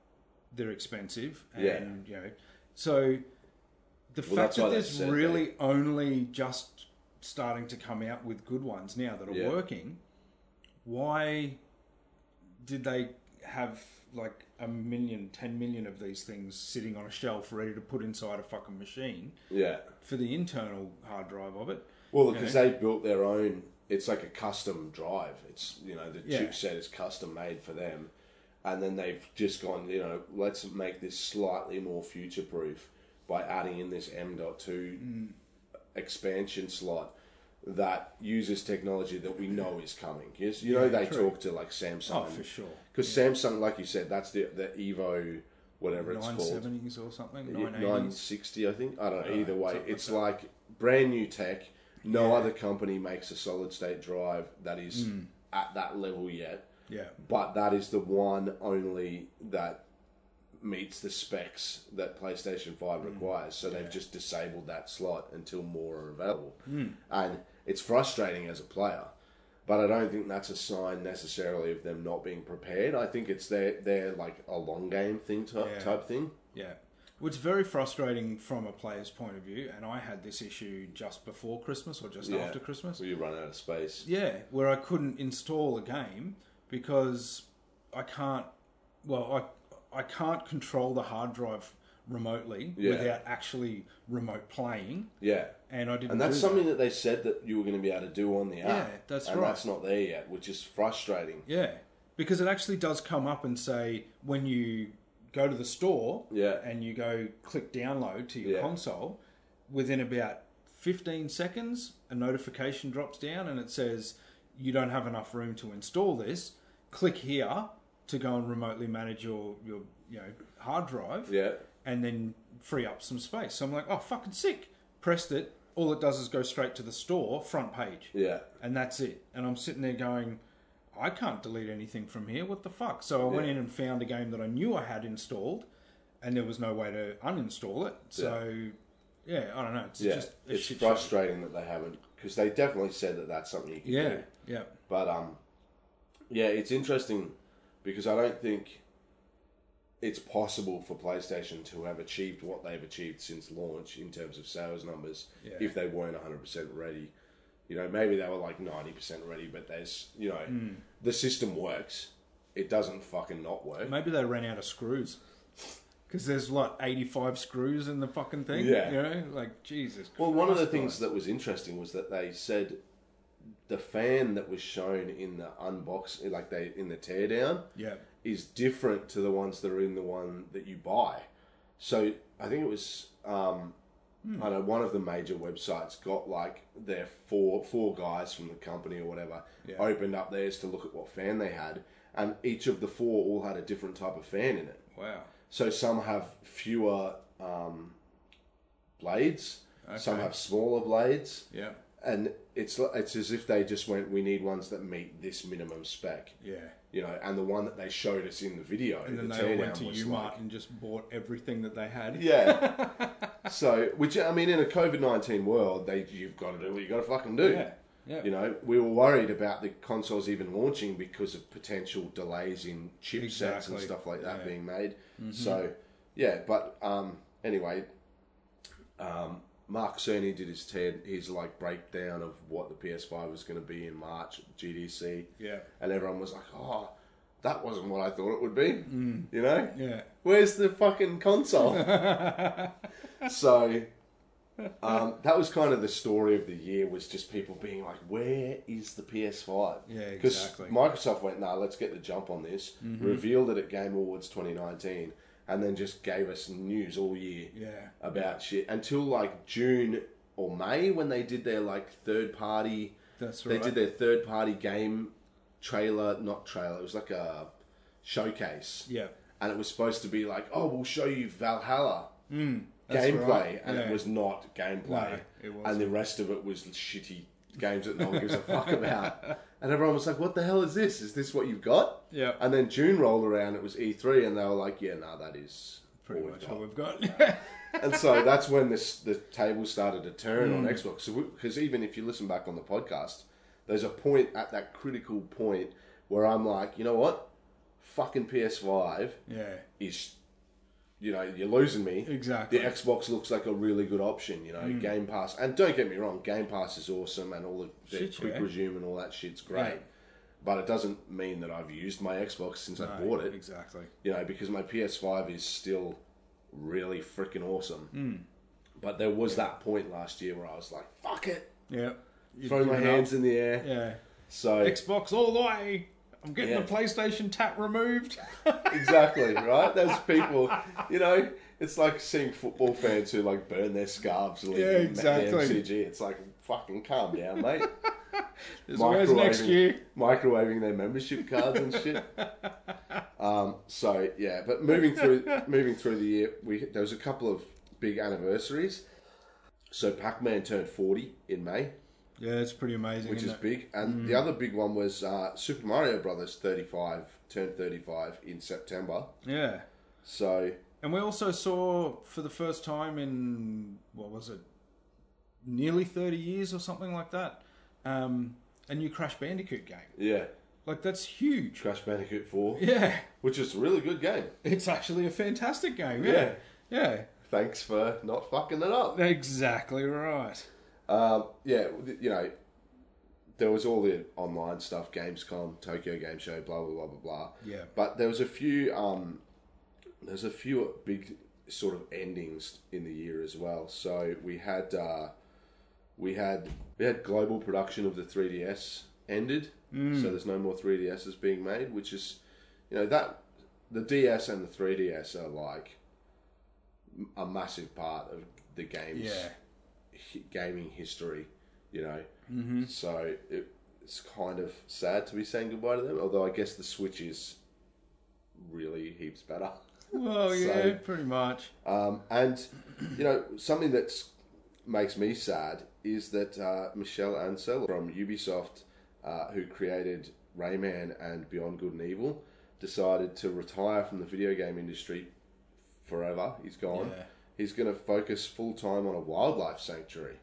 they're expensive and Yeah. you know so the fact that's why that they there's said really only just starting to come out with good ones now that are Yeah. working why did they have like a million, ten million of these things sitting on a shelf ready to put inside a fucking machine yeah. for the internal hard drive of it? Well, because they built their own. It's like a custom drive. It's you know the Yeah. chipset is custom made for them, and then they've just gone. You know, let's make this slightly more future proof by adding in this M.2 Mm. expansion slot that uses technology that we know is coming. Yes, you know they talk to like Samsung. Oh, for sure. Because Samsung, like you said, that's the the Evo, whatever it's called. 970s or something? Yeah, 980s? 960, I think. I don't know. Either way, it's like brand new tech. No other company makes a solid state drive that is at that level yet. Yeah. But that is the one only that meets the specs that PlayStation 5 requires. So they've just disabled that slot until more are available. And it's frustrating as a player. But I don't think that's a sign necessarily of them not being prepared. I think it's their, their like a long game thing type, Yeah. type thing. Yeah. Well, it's very frustrating from a player's point of view, and I had this issue just before Christmas or just Yeah. after Christmas. So you run out of space. Yeah, where I couldn't install a game because I can't. Well, I I can't control the hard drive remotely Yeah. without actually remote playing, Yeah. and I didn't. And that's do that. something that they said that you were going to be able to do on the app. Yeah, that's and right. that's not there yet, which is frustrating. Yeah, because it actually does come up and say when you go to the store Yeah. and you go click download to your Yeah. console, within about 15 seconds, a notification drops down and it says, You don't have enough room to install this. Click here to go and remotely manage your, your you know, hard drive Yeah. and then free up some space. So I'm like, Oh, fucking sick. Pressed it. All it does is go straight to the store front page Yeah. and that's it. And I'm sitting there going, I can't delete anything from here. What the fuck? So I went Yeah. in and found a game that I knew I had installed, and there was no way to uninstall it. So yeah, I don't know. It's Yeah. just a it's shit show. frustrating that they haven't because they definitely said that that's something you can Yeah, do. yeah, But um, yeah, it's interesting because I don't think it's possible for PlayStation to have achieved what they've achieved since launch in terms of sales numbers Yeah. if they weren't 100% ready. You know, maybe they were like 90% ready, but there's, you know, Hmm. the system works. It doesn't fucking not work. Maybe they ran out of screws because there's like 85 screws in the fucking thing. Yeah. you know, like Jesus. Well, one of the Christ, things that was interesting was that they said the fan that was shown in the unbox, like they in the teardown, guys. yeah, is different to the ones that are in the one that you buy. So I think it was um, Hmm. I don't know one of the major websites got like their four four guys from the company or whatever opened up theirs to look at what fan they had, and each of the four all had a different type of fan in it. wow. So some have fewer um, blades, some Okay. have smaller blades, Yeah, and it's li- it's as if they just went, we need ones that meet this minimum spec yeah. you know, and the one that they showed us in the video, And then the they all teardown went to was Umart like, and just bought everything that they had. yeah. so, which I mean, in a COVID nineteen world, they you've got to do what you got to fucking do. Yeah, yeah. You know, we were worried about the consoles even launching because of potential delays in chipsets Exactly. and stuff like that Yeah. Mm-hmm. being made. So, yeah, but um, anyway, um, Mark Cerny did his tear, his like breakdown of what the PS5 was going to be in March at GDC. Yeah. and everyone was like, "Oh, that wasn't what I thought it would be." Mm. You know, yeah. Where's the fucking console? so, um, that was kind of the story of the year was just people being like, "Where is the PS5?" Yeah, exactly. Mm-hmm. Microsoft went, "Nah, let's get the jump on this." Revealed it at Game Awards 2019, and then just gave us news all year Yeah. about shit until like June or May when they did their like third party. That's They right. did their third party game trailer, not trailer. It was like a showcase. Yeah. And it was supposed to be like, oh, we'll show you Valhalla Hmm, that's gameplay, right. and Yeah. it was not gameplay. No, it wasn't. And the rest of it was shitty games that no one gives a fuck about. And everyone was like, what the hell is this? Is this what you've got? Yeah. And then June rolled around, it was E3, and they were like, yeah, nah, that is Pretty all we've much got." all we've got. Hmm. and so that's when this the table started to turn on Xbox. So because even if you listen back on the podcast, there's a point at that critical point where I'm like, you know what, fucking PS5 yeah. is, you know, you're losing me. Exactly. Mm. The Xbox looks like a really good option. You know, Game Pass, and don't get me wrong, Game Pass is awesome, and all the, the Shit, quick yeah. resume and all that shit's great. Right. But it doesn't mean that I've used my Xbox since I No, bought it Exactly. you know, because my PS5 is still really freaking awesome. Mm. But there was that point last year where I was like, fuck it, Yeah. You've throw my given up. hands in the air. Yeah. So, Xbox all the way. I'm getting Yeah. the PlayStation tap removed. exactly, right? Those people, you know, it's like seeing football fans who like burn their scarves leaving Yeah, exactly. the MCG. It's like, fucking calm down, mate. There's always next year. microwaving their membership cards and shit. Um, so yeah, but moving through moving through the year, we there was a couple of big anniversaries. So Pac-Man turned forty in May, Yeah, Mm. it's pretty amazing. which isn't is it? big, and the other big one was uh, Super Mario Brothers thirty-five turned thirty-five in September. Yeah. So And we also saw for the first time in what was it, nearly thirty years or something like that, um, a new Crash Bandicoot game. yeah, Like that's huge. Crash Bandicoot four, Yeah, which is a really good game. it's actually a fantastic game. Yeah, yeah, Thanks for not fucking it up. exactly right. Um, yeah, th- you know, there was all the online stuff, Gamescom, Tokyo Game Show, blah blah blah blah blah. Yeah. But there was a few, um, there's a few big sort of endings in the year as well. So we had, uh, we had, we had global production of the 3DS ended. Mm. So there's no more 3DSs being made, which is, you know, that the DS and the 3DS are like m- a massive part of the games Yeah, hi- gaming history, you know. Mm-hmm. So it, it's kind of sad to be saying goodbye to them. Although I guess the Switch is really heaps better. Oh, well, yeah, So- pretty much. Um, and you know something that makes me sad is that uh, Michelle Ansel from Ubisoft, uh, who created Rayman and Beyond Good and Evil, decided to retire from the video game industry forever. He's gone. Yeah. He's going to focus full time on a wildlife sanctuary,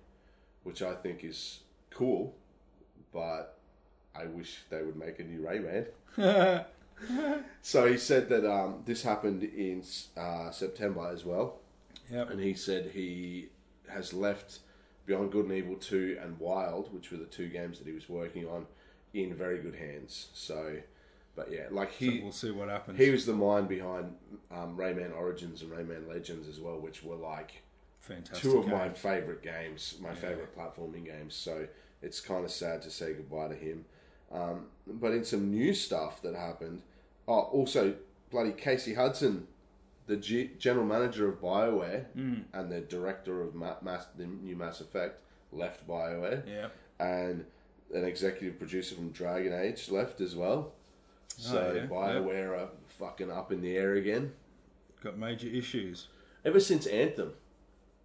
which I think is cool, but I wish they would make a new Rayman. So he said that um, this happened in uh, September as well, Yep. and he said he has left Beyond Good and Evil Two and Wild, which were the two games that he was working on, in very good hands. So, but yeah, like he we'll see what happens. he was the mind behind um, Rayman Origins and Rayman Legends as well, which were like Fantastic. two of game. my favorite games, my favorite platforming games. So it's kind of sad to say goodbye to him. Um, but in some new stuff that happened, oh, also bloody Casey Hudson, the G- general manager of BioWare Mm. and the director of Ma- Mass- the new Mass Effect, left BioWare, Yeah. and an executive producer from Dragon Age left as well. So Oh, yeah, yeah. BioWare are fucking up in the air again. Got major issues. Ever since Anthem,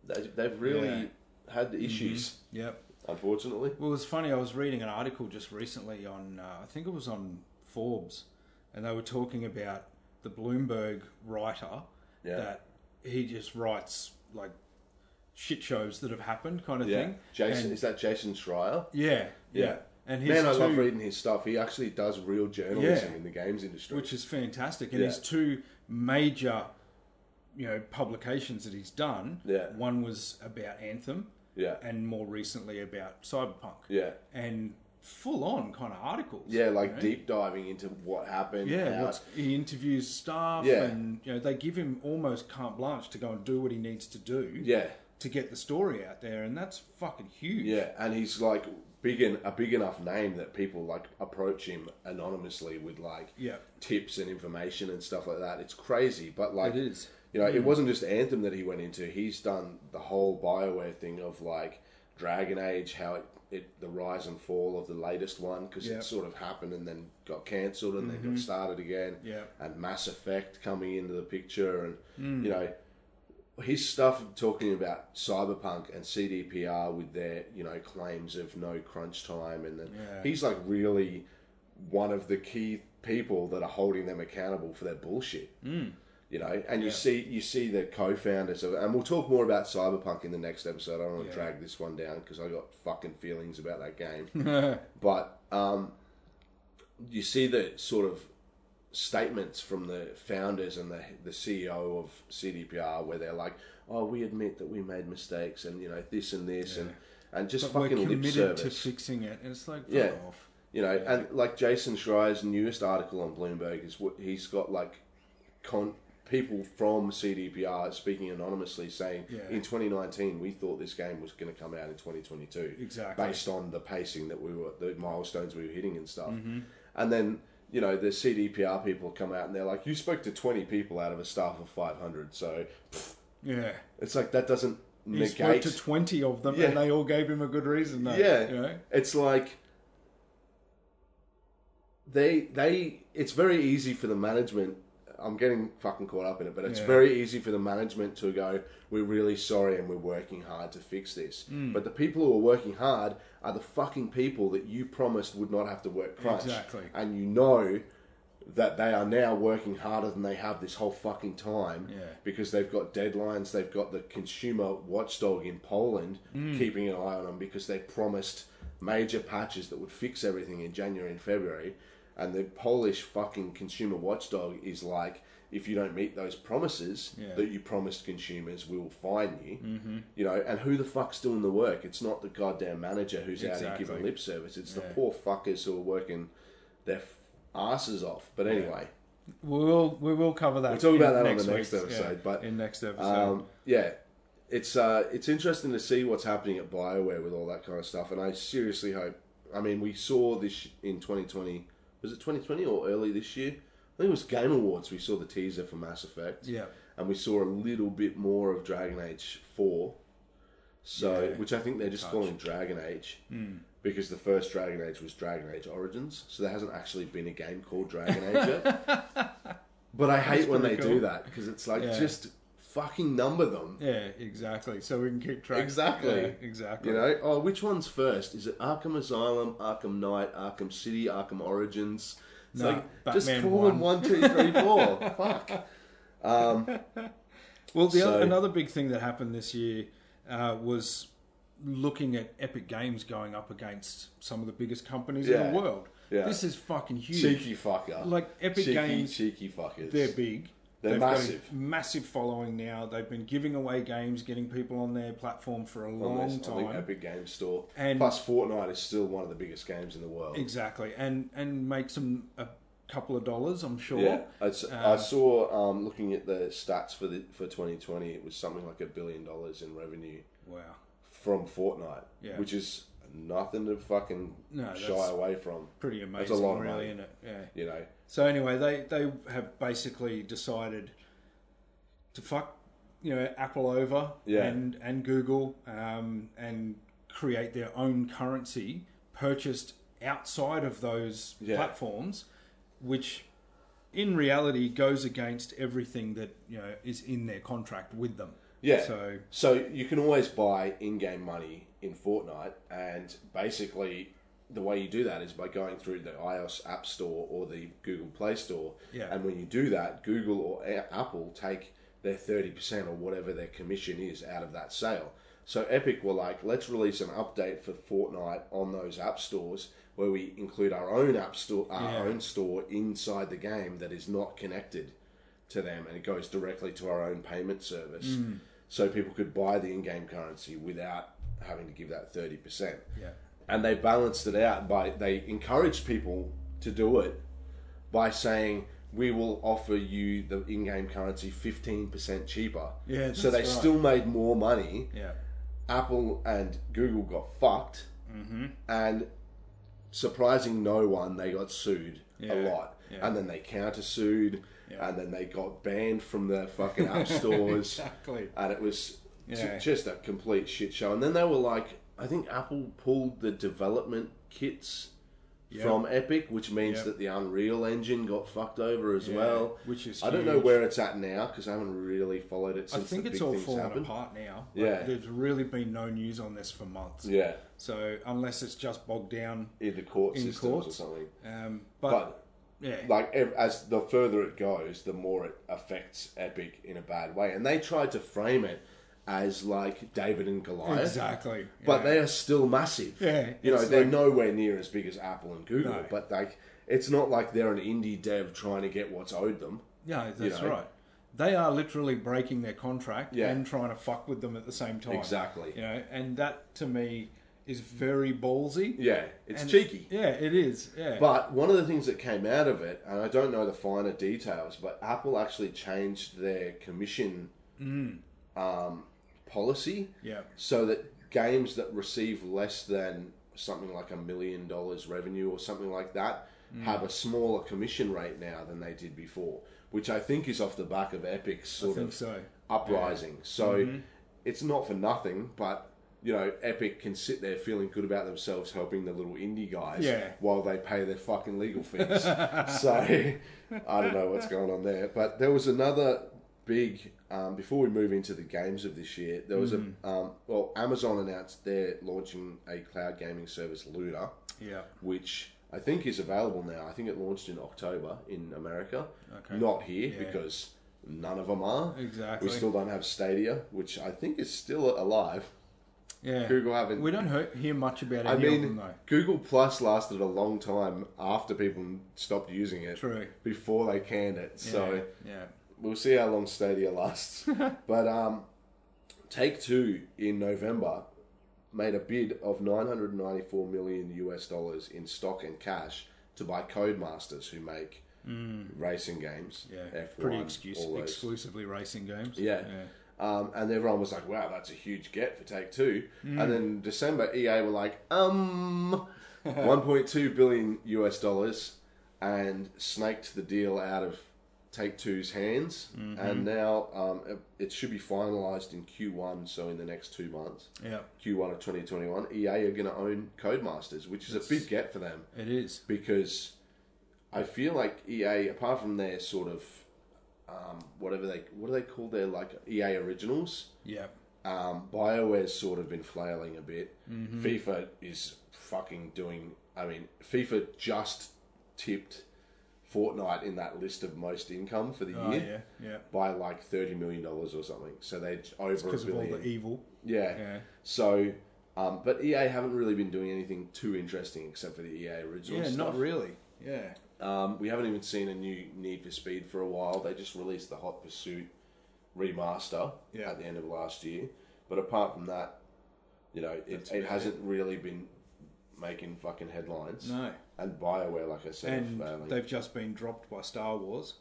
they, they've really had issues Yep. unfortunately. Well, it's funny. I was reading an article just recently on, uh, I think it was on Forbes, and they were talking about the Bloomberg writer Yeah. that he just writes like shit shows that have happened, kind of thing. Jason And- is that Jason Schreier? yeah, yeah, And his man, I two, love reading his stuff. He actually does real journalism Yeah. in the games industry. which is fantastic. And Yeah. his two major, you know, publications that he's done. Yeah. One was about Anthem, yeah, and more recently about Cyberpunk. yeah, And full on kind of articles. yeah, like you know? deep diving into what happened. Yeah, how- what's, he interviews staff, Yeah. and you know they give him almost carte blanche to go and do what he needs to do yeah, to get the story out there, and that's fucking huge. Yeah, and he's like big in, a big enough name that people like approach him anonymously with like Yeah. tips and information and stuff like that. It's crazy, but like It is. Mm. You know, it wasn't just Anthem that he went into. He's done the whole Bioware thing of like Dragon Age, how it, it the rise and fall of the latest one because Yeah. Mm-hmm. it sort of happened and then got cancelled and then got started again. Yeah. and Mass Effect coming into the picture, and Mm. you know his stuff talking about cyberpunk and CDPR with their you know claims of no crunch time, and then Yeah. he's like really one of the key people that are holding them accountable for their bullshit. Mm. You know, and you see you see the co-founders of, and we'll talk more about cyberpunk in the next episode. I don't want to drag this one down because I got fucking feelings about that game, but um, you see the sort of statements from the founders and the the CEO of CDPR where they're like, "Oh, we admit that we made mistakes, and you know this and this, and and just But we're fucking lip committed service." to fixing it, and it's like, fuck Yeah. off. You know, and like Jason Schreier's newest article on Bloomberg is what he's got like con people from CDPR speaking anonymously saying Yeah. in 2019 we thought this game was going to come out in 2022 Exactly. based on the pacing that we were the milestones we were hitting and stuff Mm-hmm. and then you know the CDPR people come out and they're like you spoke to 20 people out of a staff of 500 so Yeah. it's like that doesn't He spoke negate to 20 of them, Yeah. and they all gave him a good reason, though. yeah, You know? it's like they they. It's very easy for the management. I'm getting fucking caught up in it, but it's Yeah. very easy for the management to go, "We're really sorry, and we're working hard to fix this." Mm. But the people who are working hard are the fucking people that you promised would not have to work crunch, Exactly. and you know that they are now working harder than they have this whole fucking time Yeah. because they've got deadlines, they've got the consumer watchdog in Poland Mm. keeping an eye on them because they promised major patches that would fix everything in January and February. And the Polish fucking consumer watchdog is like, if you don't meet those promises Yeah. that you promised consumers, we will fine you. Mm-hmm. You know, and who the fuck's doing the work? It's not the goddamn manager who's out here Exactly. giving lip service. It's the poor fuckers who are working their f- asses off. But anyway, We will, we will cover that. We'll talk in about that on the week's- next episode, yeah, but, in next episode. um, yeah, it's uh, it's interesting to see what's happening at Bioware with all that kind of stuff. And I seriously hope. I mean, we saw this in 2020. Was it 2020 or early this year? I think it was Game Awards. We saw the teaser for Mass Effect. yeah. And we saw a little bit more of Dragon Age 4. So, Yeah, Hmm. which I think they're just calling Dragon Age because the first Dragon Age was Dragon Age Origins. So there hasn't actually been a game called Dragon Age yet. But I hate when they pretty do cool. that because it's like Yeah. just fucking number them. Yeah, exactly. So we can keep track. Exactly. Yeah, exactly. You know, oh, which one's first? Is it Arkham Asylum, Arkham Knight, Arkham City, Arkham Origins? It's No, like just Batman call them one, two, three, four. Fuck. Well, the So- other, another big thing that happened this year uh, was looking at Epic Games going up against some of the biggest companies Yeah. in the world. Yeah. This is fucking huge. Cheeky fucker. Like, Epic cheeky, Games- Cheeky fuckers. They're big. They're got a massive. massive following now. They've been giving away games, getting people on their platform for a on long this- on the time. Epic Games Store. And- Plus, Fortnite is still one of the biggest games in the world. Exactly, and and makes them a couple of dollars, I'm sure. Yeah, I, s- I saw um, looking at the stats for the for 2020, it was something like a billion dollars in revenue Wow. from Fortnite, Yeah. which is nothing to fucking No, shy that's away from. Pretty amazing, That's a lot of really, money. isn't it? Yeah. You know, So anyway, they they have basically decided to fuck you know Apple over Yeah. and and Google um, and create their own currency purchased outside of those Yeah. platforms, which in reality goes against everything that you know is in their contract with them. Yeah. So So you can always buy in-game money in Fortnite, and basically the way you do that is by going through the iOS App Store or the Google Play Store. Yeah. And when you do that, Google or A- Apple take their thirty percent or whatever their commission is out of that sale. So Epic were like, let's release an update for Fortnite on those app stores where we include our own app store, our Yeah. own store inside the game that is not connected to them and it goes directly to our own payment service Hmm. so people could buy the in-game currency without having to give that 30% yeah. and they balanced it out by they encouraged people to do it by saying we will offer you the in-game currency 15% cheaper. Yeah, So they that's right. still made more money. Yeah. Apple and Google got fucked, Mm-hmm. and surprising no one, they got sued a Yeah, lot, yeah. and then they countersued, Yeah. and then they got banned from the fucking app stores, Exactly. and it was ju- Yeah. just a complete shit show. And then they were like, I think Apple pulled the development kits. From Epic, which means Yep. that the Unreal Engine got fucked over as Yeah, well. which is I don't know huge. where it's at now because I haven't really followed it I since think the big it's all things fallen happened. apart now. Like, Yeah. There's really been no news on this for months. Yeah, So unless it's just bogged down in the court in systems courts, or something. Um, but, But yeah, like ev- as the further it goes, the more it affects Epic in a bad way. And they tried to frame it as like David and Goliath, exactly. but yeah. they are still massive. Yeah, you know it's they're like- nowhere near as big as Apple and Google. No. But like, it's not like they're an indie dev trying to get what's owed them. yeah, that's know. right. They are literally breaking their contract Yeah. and trying to fuck with them at the same time. Exactly. You know, and that to me is very ballsy. Yeah, it's And- cheeky. Yeah, it is. Yeah. But one of the things that came out of it, and I don't know the finer details, but Apple actually changed their commission um, policy Mm. yeah. so that games that receive less than something like a million dollars revenue or something like that Mm. have a smaller commission rate now than they did before, which I think is off the back of Epic's I sort think of so. uprising. So it's not for nothing, but you know, Epic can sit there feeling good about themselves helping the little indie guys Yeah. while they pay their fucking legal fees. so I don't know what's going on there. But there was another big um, before we move into the games of this year, there was a um, well, Amazon announced they're launching a cloud gaming service Luna Yeah. which I think is available now. I think it launched in October in America, Okay. not here Yeah. because none of them are. Exactly. We still don't have Stadia, which I think is still alive. Yeah. Google haven't. We don't hear, hear much about I any of them mean, though. Google Plus lasted a long time after people stopped using it. True. Before they canned it, so yeah, yeah. we'll see how long Stadia lasts. but um, Take Two in November made a bid of 994 million US dollars in stock and cash to buy Codemasters, who make racing games. Hmm. Yeah, F1, pretty excuse, all those. exclusively racing games. Yeah. Um, and everyone was like, wow, that's a huge get for Take Two. And then in December, EA were like, um, 1.2 billion US dollars and snaked the deal out of Take Two's hands. And now um, it, it should be finalized in Q1, so in the next two months. yeah, yeah, Q1 of 2021, EA are going to own Codemasters, which is a big get for them it is. because I feel like EA, apart from their sort of um, whatever they what do they call their like EA originals, Yeah, um, Bioware's sort of been flailing a bit. Mm-hmm. FIFA is fucking doing. I mean, FIFA just tipped Fortnite in that list of most income for the oh, yeah, year. yeah. By like thirty million dollars or something, so they over a Because of all billion. the evil. Yeah. Yeah. So, um, but EA haven't really been doing anything too interesting except for the EA original Yeah, stuff. not really. Yeah, Um, we haven't even seen a new Need for Speed for a while. They just released the Hot Pursuit remaster Yeah. at the end of last year. But apart from that, you know, it, it about hasn't really been making fucking headlines. no. And Bioware, like I said, And are failing. they've just been dropped by Star Wars.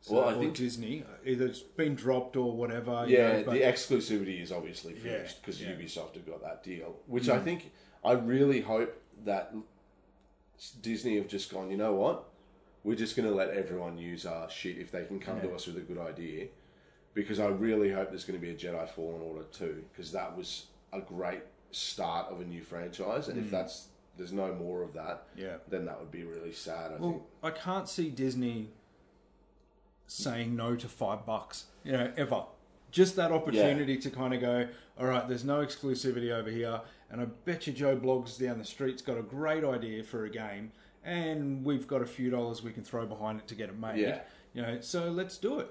So, Well, I or think- Disney. Either it's been dropped or whatever. you yeah, know, but- the exclusivity is obviously finished because yeah. Mm. Ubisoft have got that deal, which I think I really hope that Disney have just gone. You know what? We're just going to let everyone use our shit if they can come to us with a good idea, because I really hope there's going to be a Jedi Fallen Order too, because that was a great start of a new franchise, and if that's there's no more of that, Mm. Yeah. then that would be really sad. I think. Well, I can't see Disney saying no to five bucks, you know, ever. Just that opportunity to kind of go, all right, there's no exclusivity over here, and I bet you Joe Blogs down the street's got a great idea for a game, and we've got a few dollars we can throw behind it to get it made. Yeah. You know, so let's do it.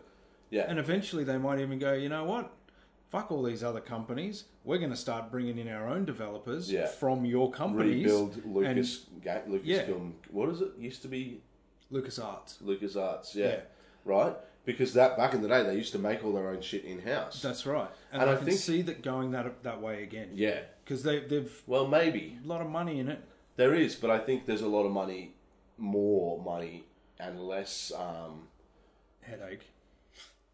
Yeah, And eventually they might even go, you know what? Fuck all these other companies. We're going to start bringing in our own developers Yeah. from your companies. rebuild and Lucas Ga- yeah. Lucasfilm. What is it? Used to be LucasArts. LucasArts, yeah. Yeah. Right? Because that back in the day they used to make all their own shit in house. That's right, and, And I, I can think- see that going that that way again. Yeah. because they they've Well maybe. a lot of money in it. There is, but I think there's a lot of money more money and less um headache.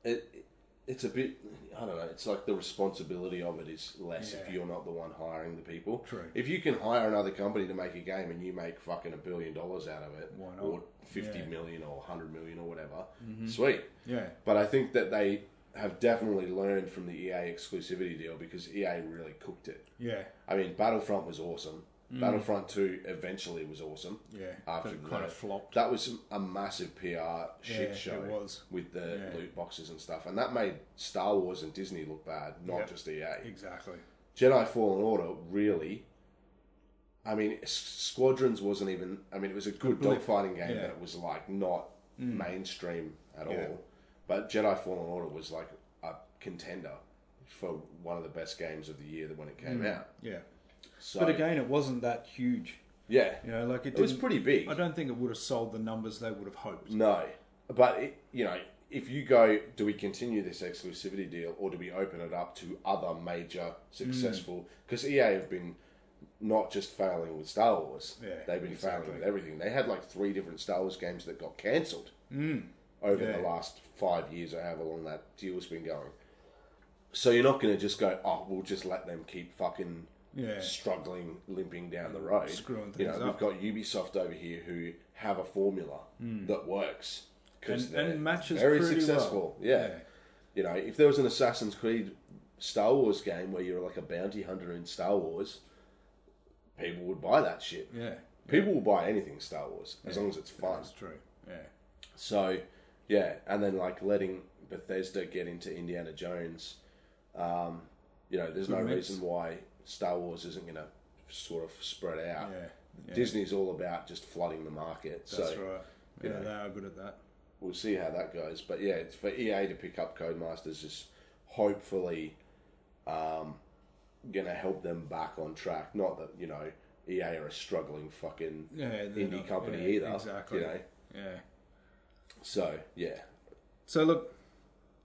it, it- it's a bit I don't know. It's like the responsibility of it is less if Yeah. you're not the one hiring the people. True. If you can hire another company to make a game and you make fucking a billion dollars out of it, Why not? or fifty Yeah. Mm-hmm. million or hundred million or whatever, sweet. Yeah. But I think that they have definitely learned from the EA exclusivity deal because EA really cooked it. Yeah. I mean, Battlefront was awesome. Battlefront Two eventually was awesome. Mm. Yeah. After But it that. kind of flopped. That was some- a massive PR shit Yeah, show. it was. with the Yeah. loot boxes and stuff, and that made Star Wars and Disney look bad, not Yep. just E EA. Exactly. Jedi Fallen Order really. I mean, S- Squadrons wasn't even. I mean, it was a good blip. dogfighting game, Yeah. Mm. but it was like not mainstream at Yeah. all. But Jedi Fallen Order was like a contender for one of the best games of the year when it came out. Yeah. So Mm. but again, it wasn't that huge. yeah, You know, like it, it was didn't- pretty big. I don't think it would have sold the numbers they would have hoped. No, but it, you know, if you go, do we continue this exclusivity deal or do we open it up to other major successful? Mm. Because EA have been not just failing with Star Wars, Yeah, they've been exactly. failing with everything. They had like three different Star Wars games that got cancelled over Mm. Yeah. the last five years or however long that deal's been going. So you're not going to just go, oh, we'll just let them keep fucking Yeah. struggling, limping down the road. Screwing you know, things up. we've got Ubisoft over here who have a formula that works because Hmm. And- they're and matches very pretty successful. well. Yeah. Yeah. you know, if there was an Assassin's Creed Star Wars game where you're like a bounty hunter in Star Wars, people would buy that shit. Yeah. People will buy anything Star Wars as long as it's fun. That's true. Yeah. So, yeah, and then like letting Bethesda get into Indiana Jones, um, you know, there's no Good mix. reason why Star Wars isn't going to sort of spread out. Yeah. Yeah. Disney's all about just flooding the market, That's so right. you Yeah, know. they are good at that. we'll see how that goes. But yeah, it's for EA to pick up Codemasters is hopefully um, going to help them back on track. Not that you know EA are a struggling fucking Yeah, they're indie not- company yeah, either. Exactly. You know, Yeah. so yeah, So look,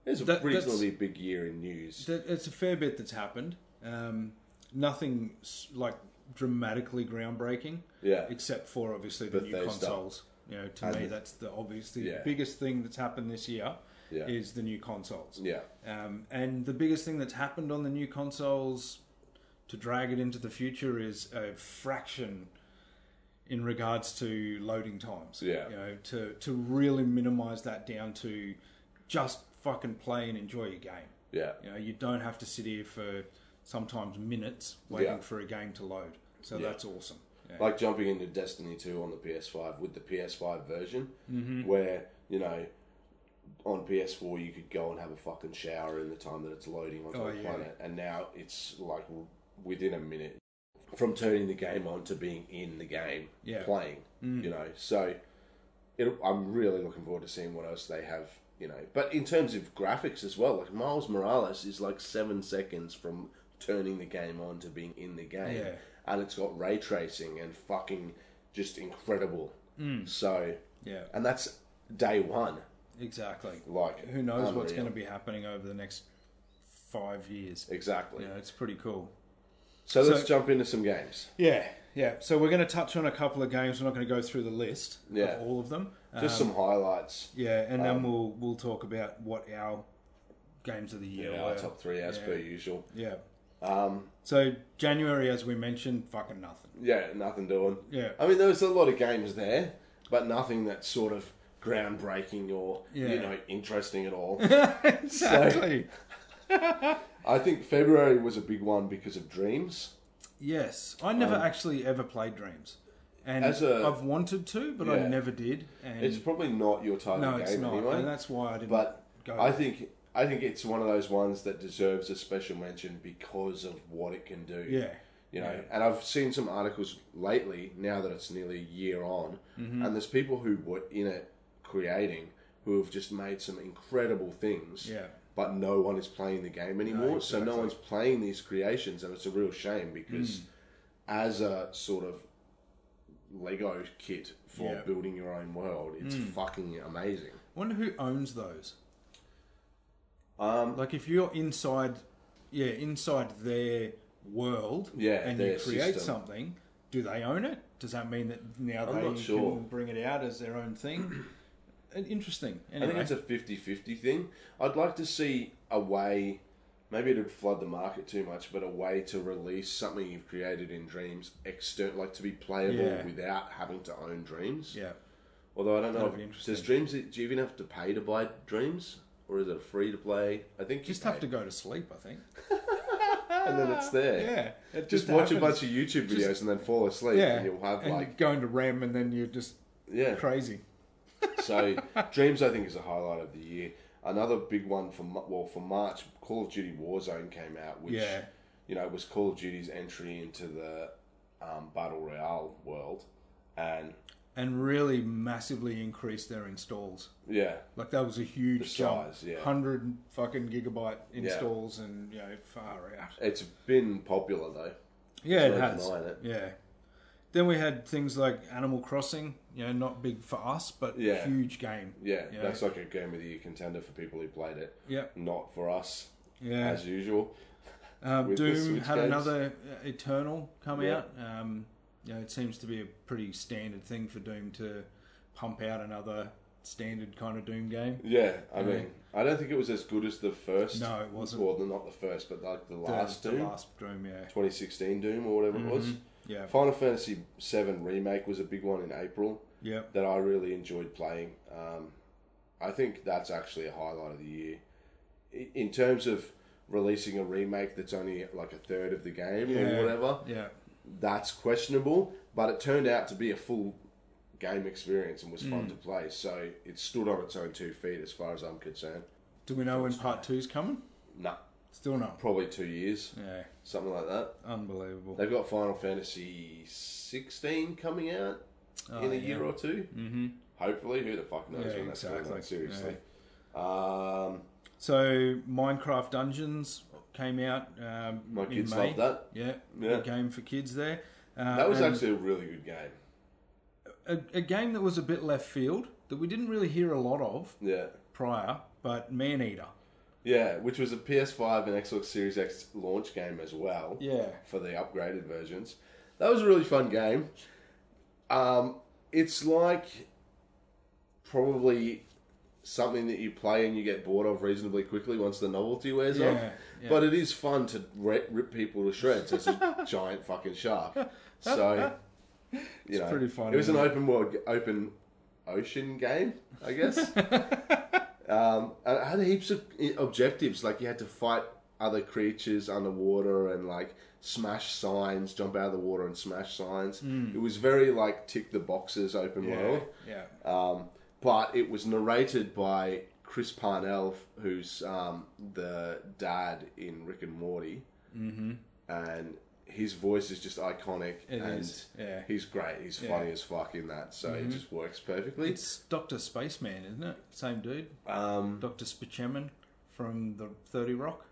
It's a That- that's- reasonably big year in news. th- it's a fair bit that's happened. Um, nothing s- like dramatically groundbreaking, Yeah. except for obviously the new Bethesda. consoles. You know, to And me, the- that's the obvious, the Yeah. biggest thing that's happened this year Yeah. is the new consoles. Yeah. Um, and the biggest thing that's happened on the new consoles to drag it into the future is a fraction in regards to loading times. Yeah. You know, to, to really minimize that down to just fucking play and enjoy your game. Yeah. You know, you don't have to sit here for sometimes minutes waiting Yeah. for a game to load. So Yeah. that's awesome. Yeah. Like jumping into Destiny 2 on the PS5 with the PS5 version, Mm-hmm. where, you know, on PS4 you could go and have a fucking shower in the time that it's loading onto Oh, the yeah. planet, and now it's like w- within a minute from turning the game on to being in the game, Yeah. Mm. playing, you know. So it, I'm really looking forward to seeing what else they have, you know. But in terms of graphics as well, like Miles Morales is like seven seconds from turning the game on to being in the game, Yeah. and it's got ray tracing and fucking just incredible. Mm. So yeah, and that's day one. exactly. Like Who knows what's unreal. going to be happening over the next five years? exactly. You know, it's pretty cool. So let's So- jump into some games. Yeah, yeah. So we're going to touch on a couple of games. We're not going to go through the list Yeah. Um, of all of them. Just Um, some highlights. yeah, and then we'll we'll talk about what our games of the year Yeah, were. our top three as yeah. per usual. Yeah. Um, So January, as we mentioned, fucking nothing. yeah, nothing doing. Yeah. I mean, there was a lot of games there, but nothing that's sort of groundbreaking or Yeah. you know interesting at all. exactly. I think February was a big one because of Dreams. Yes, I never actually ever played Dreams, and i Um, As a- I've wanted to, but I Yeah. never did. And It's probably not your type Mm. no, of game it's not, anyway. and that's why I didn't. but go I think I think it's one of those ones that deserves a special mention because of what it can do. yeah, you know. Yeah. And I've seen some articles lately now that it's nearly a year on, Mm-hmm. and there's people who were in it creating who have just made some incredible things. Yeah. But no one is playing the game anymore, so exactly. Mm. no one's playing these creations, and it's a real shame because as a sort of Lego kit for Yeah. Mm. building your own world, it's fucking amazing. wonder who owns those. Um, Like if you're inside, yeah, inside their world, Yeah, and their you create system. something, do they own it? Does that mean that now I'm they not sure. can bring it out as their own thing? and interesting. I think Anyway, it's a 50-50 thing. I'd like to see a way, maybe it would flood the market too much, but a way to release something you've created in Dreams external, like to be playable Yeah. without having to own Dreams. yeah. Although I don't know, That'd be if, interesting. does Dreams, do you even have to pay to buy Dreams? Or is it free to play? I think you Just pay, have to go to sleep, I think. and then it's there. Yeah, it Just, just watch a happens. bunch of YouTube videos and then fall asleep, Yeah, and you'll have and like going to REM, and then you're just yeah. crazy. So Dreams, I think, is a highlight of the year. Another big one for Mar- well for March, Call of Duty Warzone came out, which Yeah. you know was Call of Duty's entry into the um, battle royale world, and And really massively increased their installs. yeah, Like that was a huge The jump. size, yeah. Hundred fucking gigabyte installs, and you know, far out. it's been popular though. Yeah, it no has. denying it. Yeah. Then we had things like Animal Crossing. You know, not big for us, but Yeah. huge game. Yeah, Yeah. that's like a game of the year contender for people who played it. Yeah. Not for us, Yeah. as usual. Um, with the Doom Switch had games. another uh, Eternal come Yeah. out. Um, you know, it seems to be a pretty standard thing for Doom to pump out another standard kind of Doom game. Yeah, I mean, I don't think it was as good as the first. No, it wasn't. Well, not the first, but like the The- last the, Doom, last Doom, Mm-hmm. yeah, 2016 Doom or whatever it was. yeah, Final Fantasy VII Remake was a big one in April yeah. that I really enjoyed playing. Um, I think that's actually a highlight of the year. I- In terms of releasing a remake that's only like a third of the game Yeah. or whatever, Yeah, that's questionable, but it turned out to be a full game experience and was Mm. fun to play. So it stood on its own two feet as far as I'm concerned. do we know when part two's coming? Nah, Still not. probably two years, Yeah, something like that. unbelievable. They've got Final Fantasy 16 coming out in a Oh, yeah. year or 2 Mm-hmm. Hopefully, who the fuck knows Yeah, when that's going exactly. on? Seriously. Um, So Minecraft Dungeons came out. Um, my in kids May. loved that. Yeah, Yeah. good game for kids there. Uh, That was and actually a really good game. a, a game that was a bit left field that we didn't really hear a lot of Yeah. prior, but Man Eater. Yeah, which was a PS5 and Xbox Series X launch game as well. Yeah. For the upgraded versions. That was a really fun game. Um, it's like probably something that you play and you get bored of reasonably quickly once the novelty wears off. Yeah, yeah. But it is fun to rip, rip people to shreds as a giant fucking shark. So, you know, pretty fun, it was an isn't it? open world, open ocean game, I guess. Um, and it had heaps of i- objectives. Like you had to fight other creatures underwater and like smash signs, jump out of the water and smash signs. It was very like tick the boxes open world. Hmm. Yeah. Um, but it was narrated by Chris Parnell, f- who's um, the dad in Rick and Morty, mm-hmm. and his voice is just iconic. It and is, yeah. Mm-hmm. he's great. He's funny as fuck in that, so it just works perfectly. It's Doctor Spaceman, isn't it? Same dude, um, Doctor Spaceman from the Thirty Rock.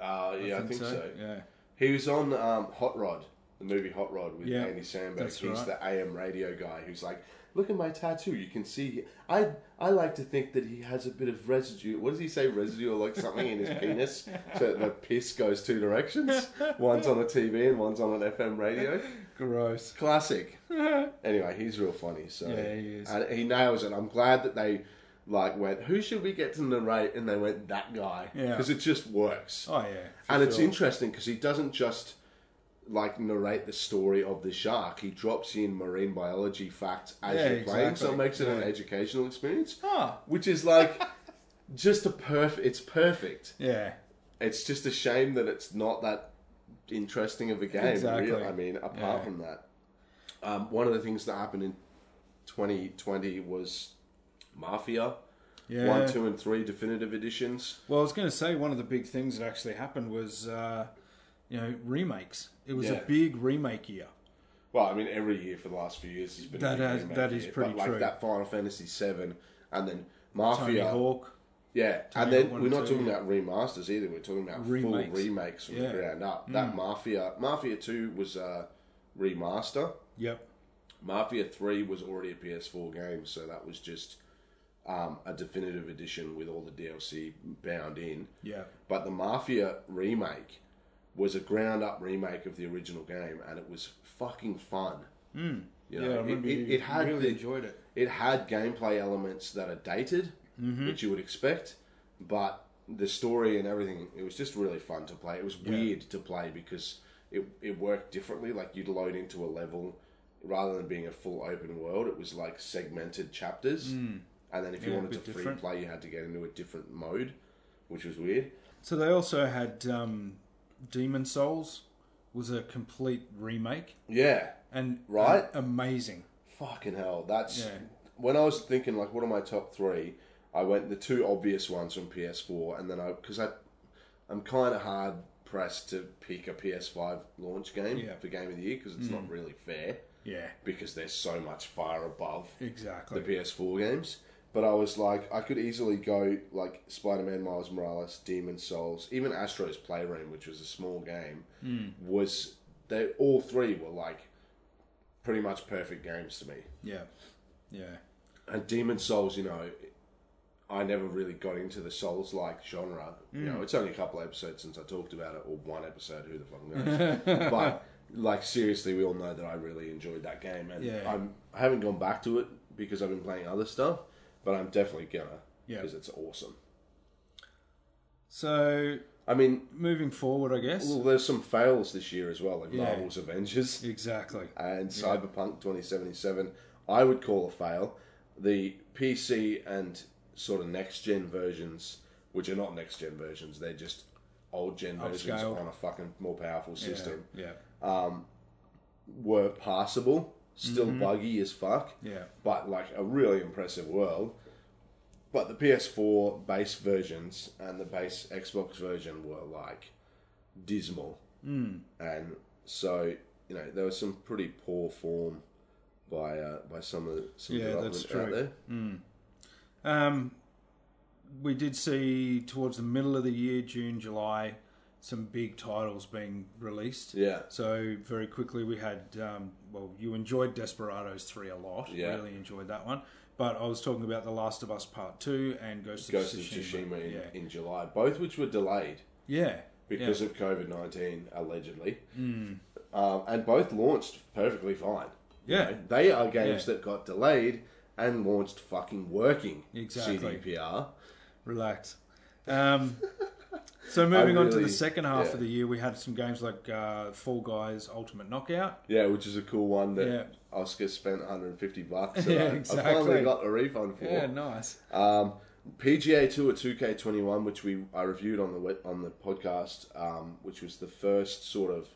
uh, yeah, I think, so. Yeah. He was on um, Hot Rod, the movie Hot Rod with Yeah, Andy Samberg. that's He's right. the AM radio guy who's like, "Look at my tattoo. You can see. I I like to think that he has a bit of residue. What does he say? Residue or like something in his penis, so that the piss goes two directions. One's on a TV and one's on an FM radio. Gross. Classic. Anyway, he's real funny. So Yeah, he is. And he nails it. I'm glad that they like went. Who should we get to narrate? And they went that guy Yeah. because it just works Oh yeah. for and it's sure. interesting because he doesn't just like narrate the story of the shark. He drops in marine biology facts as Yeah, you're playing, so it exactly. makes it an Yeah. educational experience, Ah. which is like just a perfect. It's perfect. Yeah. It's just a shame that it's not that interesting of a game. Exactly. Really. I mean, apart Yeah. from that, um, one of the things that happened in 2020 was Mafia. Yeah. One, two, and three definitive editions. Well, I was going to say one of the big things that actually happened was, uh, you know, remakes. It was Yeah. a big remake year. Well, I mean, every year for the last few years has been That a big has- remake that is year, pretty but, like true. That Final Fantasy VII, and then Tony Mafia, Hawk. yeah, Tony and then Hawk one we're and not two, talking yeah. about remasters either. We're talking about Remakes. full remakes from Yeah. Mm. the ground up. That Mafia, Mafia Two was a remaster. Yep. Mafia Three was already a PS4 game, so that was just um, a definitive edition with all the DLC bound in. Yeah. But the Mafia remake was a ground up remake of the original game, and it was fucking fun. You Hmm. Yeah, I know, it, remember it, you it had really the, enjoyed it. it had gameplay elements that are dated, Mm-hmm. which you would expect, but the story and everything, it was just really fun to play. It was weird to play because it, it worked differently. Like you'd load into a level rather than being a full open world, it was like segmented chapters. And then if Hmm. Yeah, you a wanted to bit free different. play, you had to get into a different mode, which was weird. So they also had um, Demon Souls was a complete remake Yeah. and Right. a- amazing. Fucking hell, that's Yeah. when I was thinking like, what are my top three? I went the two obvious ones from PS4, and then I because I I'm kind of hard pressed to pick a PS5 launch game Yeah. Mm. for game of the year because it's not really fair Yeah, because they're so much far above the exactly. PS4 games. But I was like, I could easily go like Spider-Man, Miles Morales, Demon Souls, even Astro's Playroom, which was a small game, Hmm. was they all three were like pretty much perfect games to me. yeah, yeah, And Demon Souls, you know, I never really got into the Souls like genre. You Mm. know, it's only a couple episodes since I talked about it, or one episode, who the fuck knows. but, like, seriously, we all know that I really enjoyed that game. And Yeah. I'm, I haven't gone back to it because I've been playing other stuff, but I'm definitely gonna Yeah. because it's awesome. So I mean, moving forward, I guess. well, there's some fails this year as well, like Yeah. Marvel's Avengers. Exactly. and Cyberpunk 2077, I would call a fail. The PC and sort of next gen versions, which are not next gen versions, they're just old gen versions Upscale. on a fucking more powerful Yeah, system, Yeah. were passable. Still buggy as fuck, Mm-hmm. Yeah. but like a really impressive world. But the PS4 base versions and the base Xbox version were like dismal. Mm. And so, you know, there was some pretty poor form by uh, by some of the some Yeah, developers that's out true. there. Um, we did see towards the middle of the year, June, July, some big titles being released. Yeah. So very quickly we had, um, well, you enjoyed Desperados 3 a lot. Yeah. Really enjoyed that one. But I was talking about The Last of Us Part 2 and Ghost of Ghost of Tsushima. Tsushima in, yeah. in July, both which were delayed yeah. Hmm. because of COVID nineteen allegedly, um, and both launched perfectly fine. You Yeah. know, they are games Yeah. that got delayed and launched fucking working. Exactly. CDPR. Relax. Um, so moving on to really- the second half yeah. of the year, we had some games like uh, Fall Guys Ultimate Knockout. Yeah, which is a cool one that Yeah. Oscar spent 150 bucks. and Yeah, I- I exactly. finally got a refund for. nice. Um, PGA Tour 2K21, which we I reviewed on the we- on the podcast, um, which was the first sort of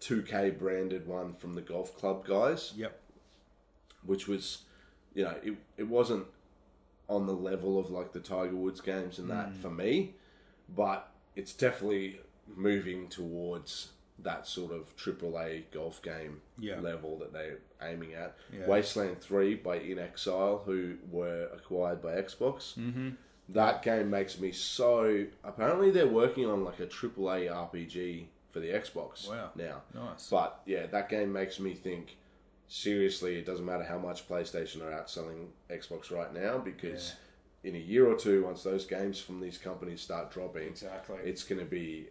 2K branded one from the golf club guys, Yep. which was, you know, it it wasn't on the level of like the Tiger Woods games and Mm. that for me, but it's definitely moving towards that sort of AAA golf game Yeah. level that they're aiming at. Yeah. Wasteland 3 by In Exile, who were acquired by Xbox. Mm-hmm. That game makes me so. Apparently, they're working on like a AAA RPG for the Xbox Wow. now. Nice. But yeah, that game makes me think seriously, it doesn't matter how much PlayStation are outselling Xbox right now because in a year or two, once those games from these companies start dropping, Exactly. it's going to be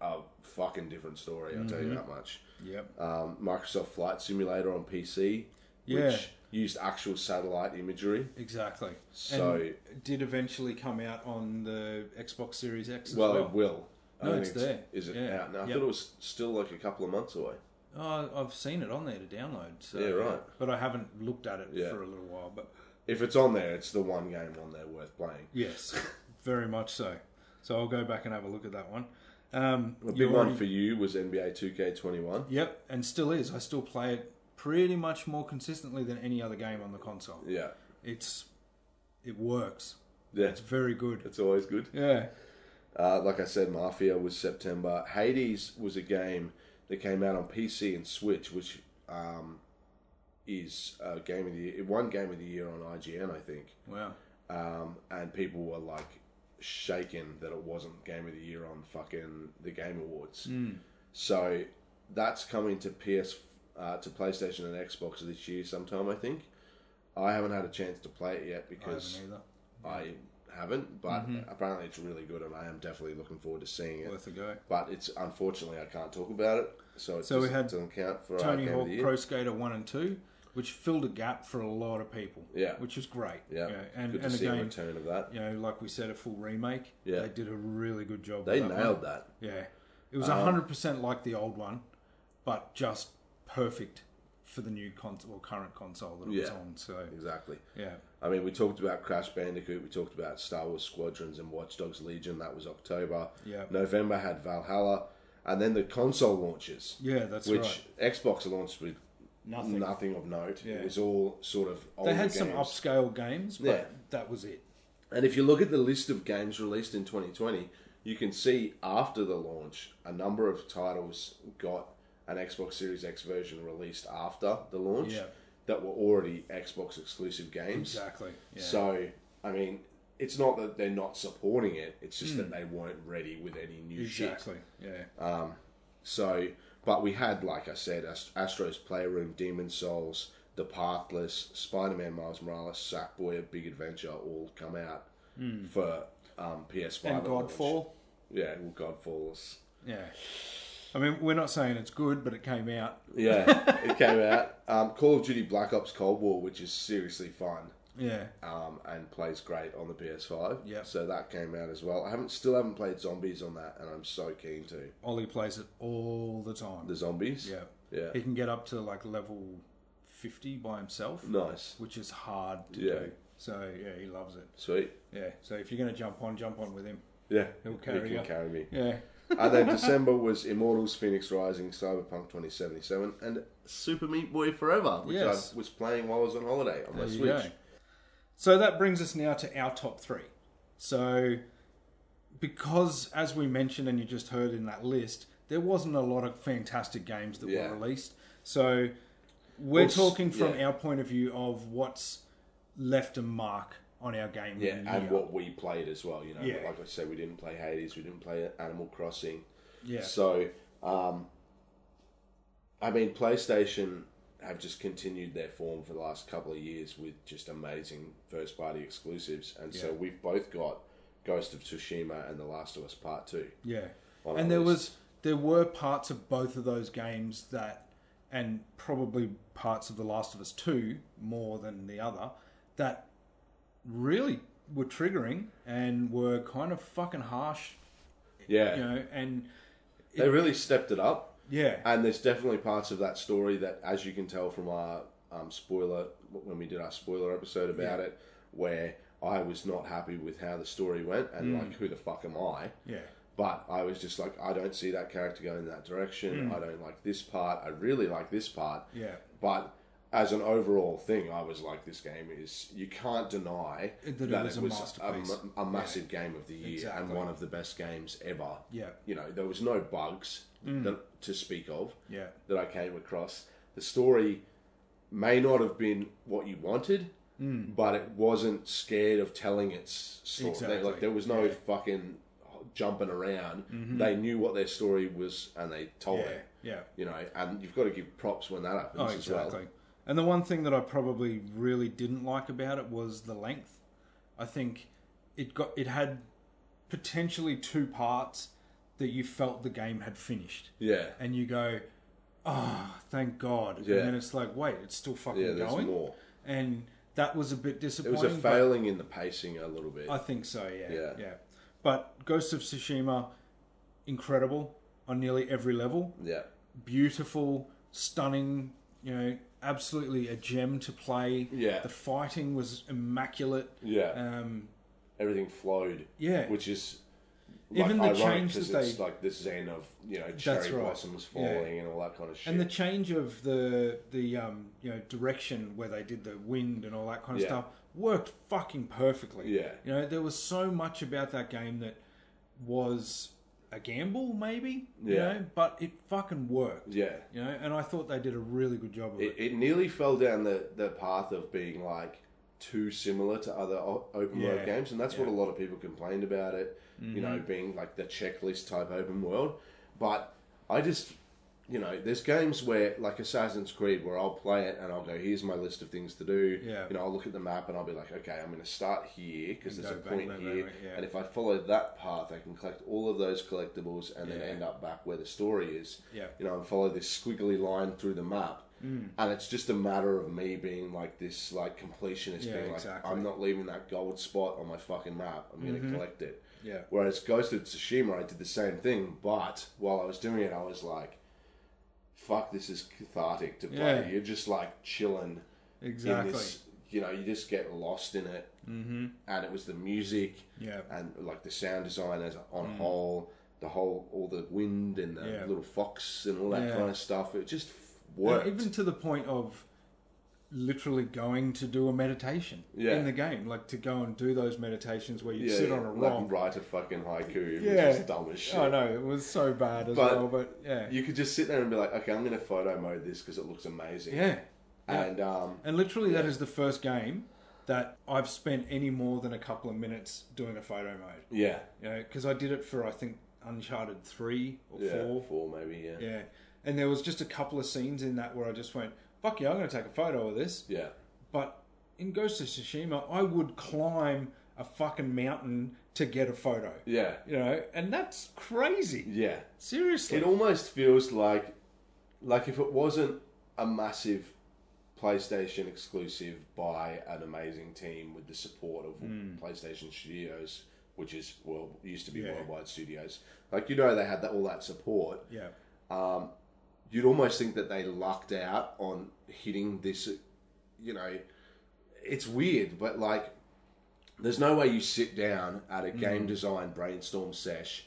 a fucking different story. I'll tell Mm-hmm. you that much. Yep. Um, Microsoft Flight Simulator on PC, Yeah. which used actual satellite imagery. Exactly. So- and it did eventually come out on the Xbox Series X as Well, well. it will. I No, don't it's think there. Is it Yeah. out now? I Yep. thought it was still like a couple of months away. Oh, I've seen it on there to download. So, Yeah, right. But I haven't looked at it Yeah. for a little while. But If it's on there, it's the one game on there worth playing. yes, very much so. So I'll go back and have a look at that one. Um, A you big one already- for you was NBA 2K21. Yep, and still is. I still play it pretty much more consistently than any other game on the console. Yeah. It's it works. Yeah. It's very good. It's always good. Yeah. Uh, like I said, Mafia was September. Hades was a game that came out on PC and Switch, which um, is a game of the year. It won game of the year on IGN, I think. Wow. Um, and people were like shaken that it wasn't game of the year on fucking the Game Awards. Hmm. So that's coming to PS uh, to PlayStation and Xbox this year sometime, I think. I haven't had a chance to play it yet I because haven't either. Mm-hmm. I haven't, but apparently it's really good, and I am definitely looking forward to seeing it. Worth a go. But it's unfortunately I can't talk about it, so it So we just had doesn't count for our Tony game of Hawk the year. Pro Skater 1 and 2, which filled a gap for a lot of people. Yeah. Which was great. yeah, You know, and, good to and see a again, return of that. you know, like we said, a full remake. Yeah. They did a really good job. They with that nailed one. Um, that. Yeah. It was 100% like the old one, but just perfect for the new console or current console that it was Yeah. on. So, Exactly. yeah. I mean, we talked about Crash Bandicoot, we talked about Star Wars Squadrons and Watch Dogs Legion. That was October. Yeah. November had Valhalla, and then the console launches. Yeah, that's which right. Xbox launched with Nothing. nothing, of note. Yeah. It was all sort of older They had games. some upscale games, but Yeah. that was it. And if you look at the list of games released in 2020, you can see after the launch, a number of titles got an Xbox Series X version released after the launch Yeah. that were already Xbox exclusive games. Exactly. Yeah. So, I mean, it's not that they're not supporting it, it's just that they weren't ready with any new shit. Hmm. exactly. Yeah. So, but we had, like I said, Ast- Astro's Playroom, Demon Souls, The Pathless, Spider Man Miles Morales, Sackboy, A Big Adventure all come out for um, PS5. Hmm. and at launch. Godfall. Yeah, well, Godfall's. Yeah. I mean, we're not saying it's good, but it came out. Yeah, it came out. Um, Call of Duty Black Ops Cold War, which is seriously fun. Yeah. um, and plays great on the PS5. Yep. So that came out as well. I haven't still haven't played Zombies on that, and I'm so keen to Ollie plays it all the time. the Zombies. yeah. Yeah. He can get up to like level 50 by himself, Nice. which is hard to Yeah. do. So, yeah, he loves it. Sweet. Yeah. So, if you're going to jump on, jump on with him. Yeah. He'll carry he can ya. carry me. Yeah. and then December was Immortals, Phoenix Rising, Cyberpunk 2077, and Super Meat Boy Forever, which Yes. I was playing while I was on holiday on my There you Switch. go. So that brings us now to our top three. So, because as we mentioned and you just heard in that list, there wasn't a lot of fantastic games that Yeah. were released. So, we're Well, s- talking from yeah. our point of view of what's left a mark on our game. Yeah, of the and year. what we played as well. You know, Yeah. like I said, we didn't play Hades, we didn't play Animal Crossing. Yeah. So, um, I mean, PlayStation have just continued their form for the last couple of years with just amazing first party exclusives. And so we've both got Ghost of Tsushima and The Last of Us Part 2. Yeah, on and our there was list. there were parts of both of those games that, and probably parts of The Last of Us Two more than the other, that really were triggering and were kind of fucking harsh, Yeah. you know. And they really stepped it up. yeah, And there's definitely parts of that story that, as you can tell from our um, spoiler, when we did our spoiler episode about it, where I was not happy with how the story went and, like, who the fuck am I? Mm. yeah, But I was just like, I don't see that character going in that direction. I don't like this part. I really like this part. Hmm. Yeah. But as an overall thing, I was like, this game is. You can't deny That it was a masterpiece. ma- a massive game of the year Exactly. and one of the best games ever. Yeah. Hmm. You know, there was no bugs that, to speak of yeah, that I came across. The story may not have been what you wanted, Hmm. but it wasn't scared of telling its story. Exactly. Mm-hmm. Like there was no fucking jumping around. They knew what their story was and they told yeah, it. yeah. You know, and you've got to give props when that happens Oh, as exactly. well. And the one thing that I probably really didn't like about it was the length. I think it got it had potentially two parts that you felt the game had finished, Yeah. and you go, "Oh, thank God!" Yeah. And then it's like, "Wait, it's still fucking Yeah, there's going." more. And that was a bit It disappointing. was a but failing in the pacing a little bit. I think so. Yeah, Yeah. yeah. But Ghost of Tsushima, incredible on nearly every level yeah. beautiful, stunning. You know, absolutely a gem to play. Yeah. the fighting was immaculate. Yeah. Um, Everything flowed. Yeah. Which is Even the like, ironic change 'cause that it's they- like the zen of you know cherry right. blossoms Yeah. falling and all that kind of shit. and the change of the the um, you know direction where they did the wind and all that kind of Yeah. stuff worked fucking perfectly. Yeah. you know, there was so much about that game that was a gamble, maybe. You Yeah. know, but it fucking worked. yeah. You know, and I thought they did a really good job of it. It, it nearly fell down the, the path of being like too similar to other o- open Yeah, world games, and that's what yeah. Mm-hmm. a lot of people complained about it. You know, being like the checklist type open world. But I just you know, there's games where, like Assassin's Creed, where I'll play it and I'll go, here's my list of things to do. Yeah. You know, I'll look at the map and I'll be like, okay, I'm going to start here because And there's a go back, point back, back, here. back, yeah. And if I follow that path, I can collect all of those collectibles and Yeah. then end up back where the story is. Yeah. Mm. You know, and follow this squiggly line through the map. And it's just a matter of me being like this, like completionist, Yeah, being like, exactly. Mm-hmm. I'm not leaving that gold spot on my fucking map. I'm going to collect it. Yeah. Whereas Ghost of Tsushima, I did the same thing, but while I was doing it, I was like, fuck, this is cathartic to play. Yeah. You're just like chilling Exactly. in this, you know, you just get lost in it. Mm-hmm. And it was the music Yeah. Mm. and like the sound design as on whole, the whole, all the wind and the Yeah. little fox and all that Yeah. kind of stuff. It just f- And worked. Even to the point of literally going to do a meditation Yeah. in the game, like to go and do those meditations where you yeah, sit yeah. on a like rock. write a fucking haiku, Yeah. Oh, which is dumb as shit. I know it was so bad as But well, but yeah, You could just sit there and be like, okay, I'm going to photo mode this because it looks amazing. yeah. And um, And literally, that is the first game that I've spent any more than a couple of minutes doing a photo mode. yeah, You know, because I did it for I think Uncharted three or yeah, four. four, maybe, yeah, Yeah, and there was just a couple of scenes in that where I just went, "Fuck yeah, I'm going to take a photo of this." yeah, But in Ghost of Tsushima, I would climb a fucking mountain to get a photo. yeah, You know, and that's crazy. yeah. Seriously. It almost feels like, like if it wasn't a massive PlayStation exclusive by an amazing team with the support of PlayStation Studios, which is well used to be Hmm. Yeah. Worldwide Studios. Like you know, they had that, all that support. yeah. you'd almost think that they lucked out on hitting this you know it's weird but like there's no way you sit down at a Mm. game design brainstorm sesh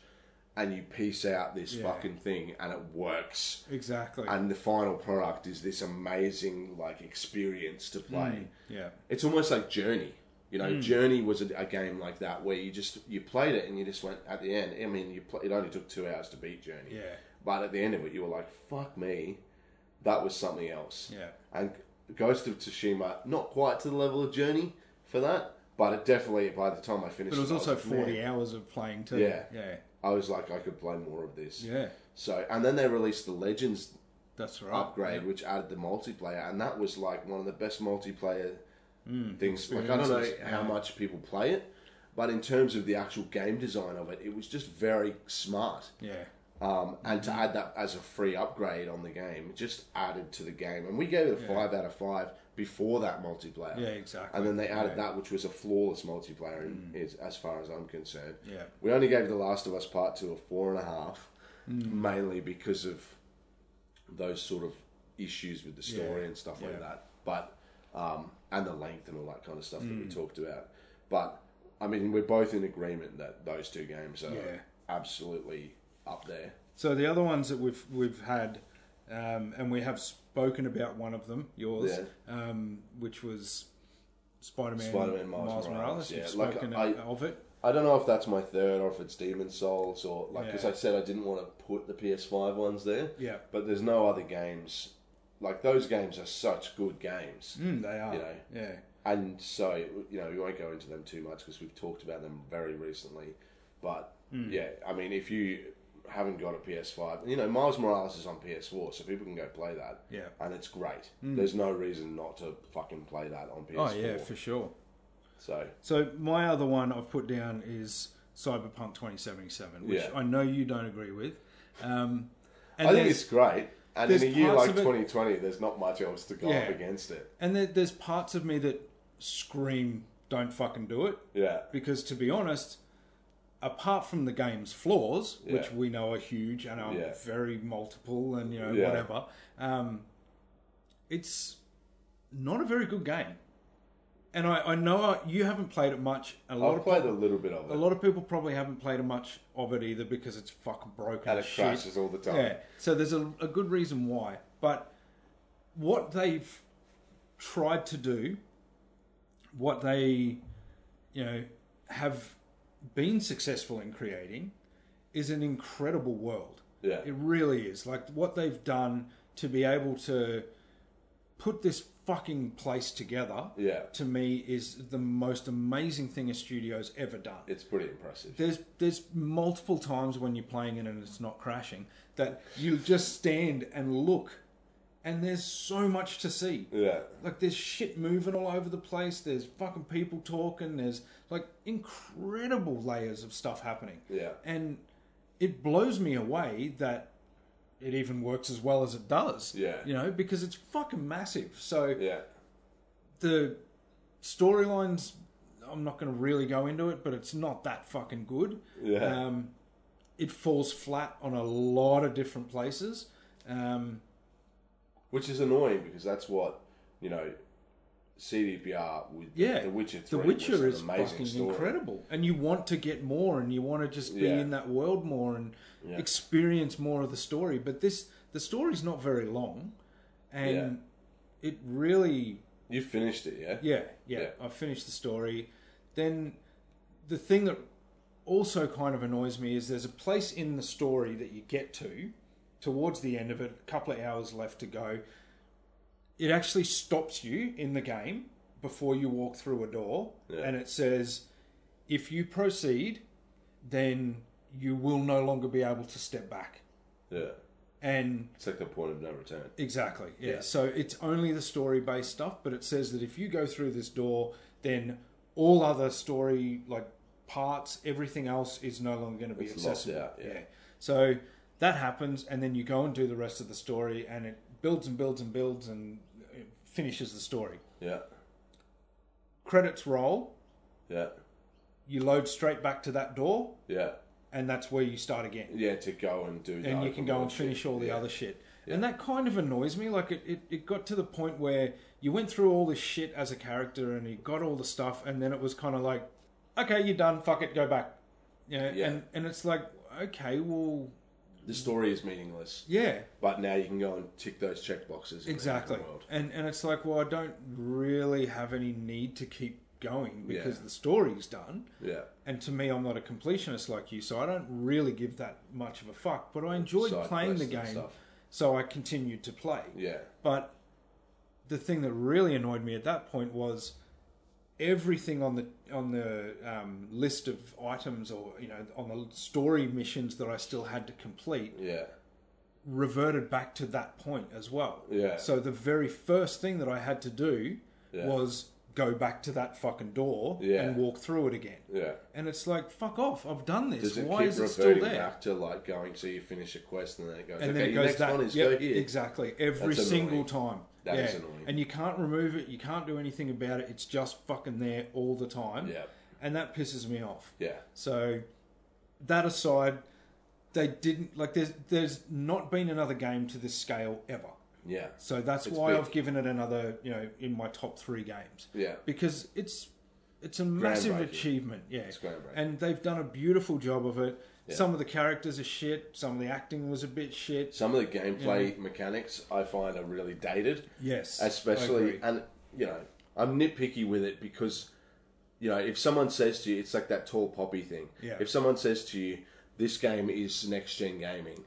and you piece out this Yeah. fucking thing and it works Exactly. and the final product is this amazing like experience to play yeah. it's almost like Journey. You Mm. know, Journey was a, a game like that where you just you played it and you just went at the end. I mean, you pl- it only took two hours to beat Journey. Yeah. But at the end of it, you were like, "Fuck me, that was something else." Yeah. And Ghost of Tsushima, not quite to the level of Journey for that, but it definitely by the time I finished, But it was I also like, forty "Man." hours of playing too. Yeah. Yeah. I was like, I could play more of this. Yeah. Oh, So, and then they released the Legends That's right. upgrade, which added the multiplayer, and that was like one of the best multiplayer things. Like I don't know experiences, how Hmm. yeah. much people play it, but in terms of the actual game design of it, it was just very smart. Yeah. Um, and to add that as a free upgrade on the game it just added to the game. And we gave it a five out of five before that multiplayer. Yeah, exactly. And then they Yeah. added Mm. that, which was a flawless multiplayer, in, is, as far as I'm concerned. Yeah. We only gave The Last of Us Part Two a four and a half, Mm. mainly because of those sort of issues with the story Yeah, and stuff yeah. like that. But um, and the length and all that kind of stuff Hmm. that we talked about. But I mean, we're both in agreement that those two games are Yeah. absolutely up there. So the other ones that we've we've had, um, and we have spoken about one of them, yours, um, which was Spider-Man, Spider-Man Miles Morales, You've yeah. Like, spoken I- of it. I don't know if that's my third or if it's Demon Souls or like because Yeah. I said I didn't want to put the PS5 ones there. Yeah. But there's no other games like those games are such good games, Mm, they are. You know. Yeah. and so you know we won't go into them too much because we've talked about them very recently. But Hmm. yeah, I mean if you haven't got a PS5, you know Miles Morales is on PS4, so people can go play that. Yeah. Hmm. And it's great. There's no reason not to fucking play that on PS4. Oh yeah, for sure. so So my other one I've put down is Cyberpunk 2077, which Yeah. I know you don't agree with. Um, and I think there's- it's great. And there's in a year parts like of it- 2020, there's not much else to go Yeah. up against it. and there, there's parts of me that scream, "Don't fucking do it!" Yeah. because to be honest, apart from the game's flaws, which Yeah. we know are huge and are Yeah. very multiple and you know Yeah. whatever, um, it's not a very good game. And I, I know I, you haven't played it much. A lot I've of played peop- a little bit of it. a lot of people probably haven't played much of it either because it's fucking broken and as it shit. crashes all the time. Yeah, so there's a, a good reason why. But what they've tried to do, what they, you know, have been successful in creating, is an incredible world. Yeah. It really is. Like what they've done to be able to put this fucking place together, Yeah. to me is the most amazing thing a studio's ever done. It's pretty impressive. There's there's multiple times when you're playing it and it's not crashing that you just stand and look, and there's so much to see. Yeah. Like there's shit moving all over the place. There's fucking people talking. There's like incredible layers of stuff happening. Yeah. And it blows me away that it even works as well as it does. Yeah. You know, because it's fucking massive. So Yeah. the storylines I'm not going to really go into it, but it's not that fucking good. Yeah. Um, it falls flat on a lot of different places. Um, Which is annoying because that's what, you know, CDPR with yeah, The Witcher 3 The Witcher was is an amazing fucking story. incredible, and you want to get more, and you want to just be Yeah. in that world more and Yeah. experience more of the story. But this, the story's not very long, and it really You finished it, yeah? Yeah, yeah, Yeah. I finished the story. Then the thing that also kind of annoys me is there's a place in the story that you get to towards the end of it, a couple of hours left to go. It actually stops you in the game before you walk through a door Yeah. and it says if you proceed, then you will no longer be able to step back. Yeah. And It's like the point of no return. Exactly. Yeah. Yeah. So it's only the story based stuff, but it says that if you go through this door, then all other story like parts, everything else is no longer going to be It's locked accessible. out, yeah. So that happens, and then you go and do the rest of the story, and it builds and builds and builds and it finishes the story. Yeah. Credits roll. Yeah. You load straight back to that door, Yeah. and that's where you start again. Yeah, to go and do and you can go and finish all the yeah. other shit. And that kind of annoys me. Like it, it, it got to the point where you went through all this shit as a character and you got all the stuff, and then it was kind of like, okay, you're done. Fuck it, go back. You know, Yeah. and and it's like, okay, well, The story is meaningless. yeah, But now you can go and tick those check boxes. in the exactly. World. And and it's like, well, I don't really have any need to keep going because Yeah. the story's done. Yeah. and to me, I'm not a completionist like you, so I don't really give that much of a fuck. But I enjoyed Side playing the quests and game, stuff. so I continued to play. Yeah. But the thing that really annoyed me at that point was everything on the on the um, list of items, or you know, on the story missions that I still had to complete, Yeah. reverted back to that point as well. Yeah. So the very first thing that I had to do Yeah. was go back to that fucking door Yeah. and walk through it again. Yeah. And it's like, fuck off, I've done this. Does it Why keep is it still reverting there? back to like going so you finish a quest and then it goes And okay, then it your goes next that one is yep, go here. exactly every That's single annoying. time. That yeah. is annoying. And you can't remove it. You can't do anything about it. It's just fucking there all the time. Yep. And that pisses me off. Yeah. So that aside, they didn't like. There's there's not been another game to this scale ever. Yeah. So that's It's why big. I've given it another, you know, in my top three games. Yeah. Because it's it's a massive Groundbreaking. achievement. Yeah. groundbreaking. And they've done a beautiful job of it. Yeah. Some of the characters are shit. Some of the acting was a bit shit. Some of the gameplay mechanics I find are really dated. Mm-hmm. Yes, I Especially agree. and you know, I'm nitpicky with it because you know, if someone says to you it's like that tall poppy thing. Yeah. If someone says to you, This game is next gen gaming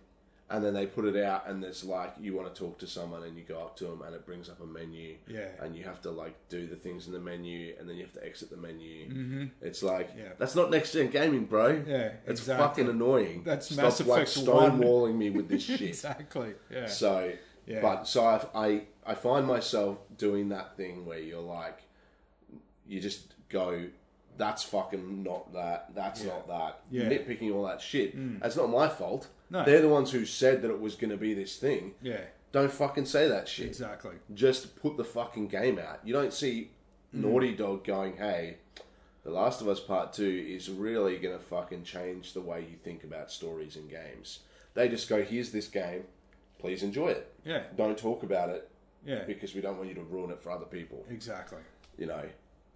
and then they put it out and there's like you want to talk to someone and you go up to them and it brings up a menu Yeah. and you have to like do the things in the menu and then you have to exit the menu mm-hmm. it's like Yeah. that's not next gen gaming bro Yeah, it's exactly. fucking annoying That's stop Mass like Effect 1. stonewalling me with this shit Exactly. Yeah. so, Yeah. but so I, I I find myself doing that thing where you're like, you just go, that's fucking not that, that's not that, Yeah. Mm. nitpicking all that shit. That's not my fault. No. They're the ones who said that it was going to be this thing. yeah. Don't fucking say that shit. Exactly. Just put the fucking game out. You don't see Mm. Naughty Dog going, hey. The Last of Us Part 2 is really going to fucking change the way you think about stories and games. They just go, here's this game, please enjoy it Yeah. don't talk about it Yeah. because we don't want you to ruin it for other people, Exactly. you know.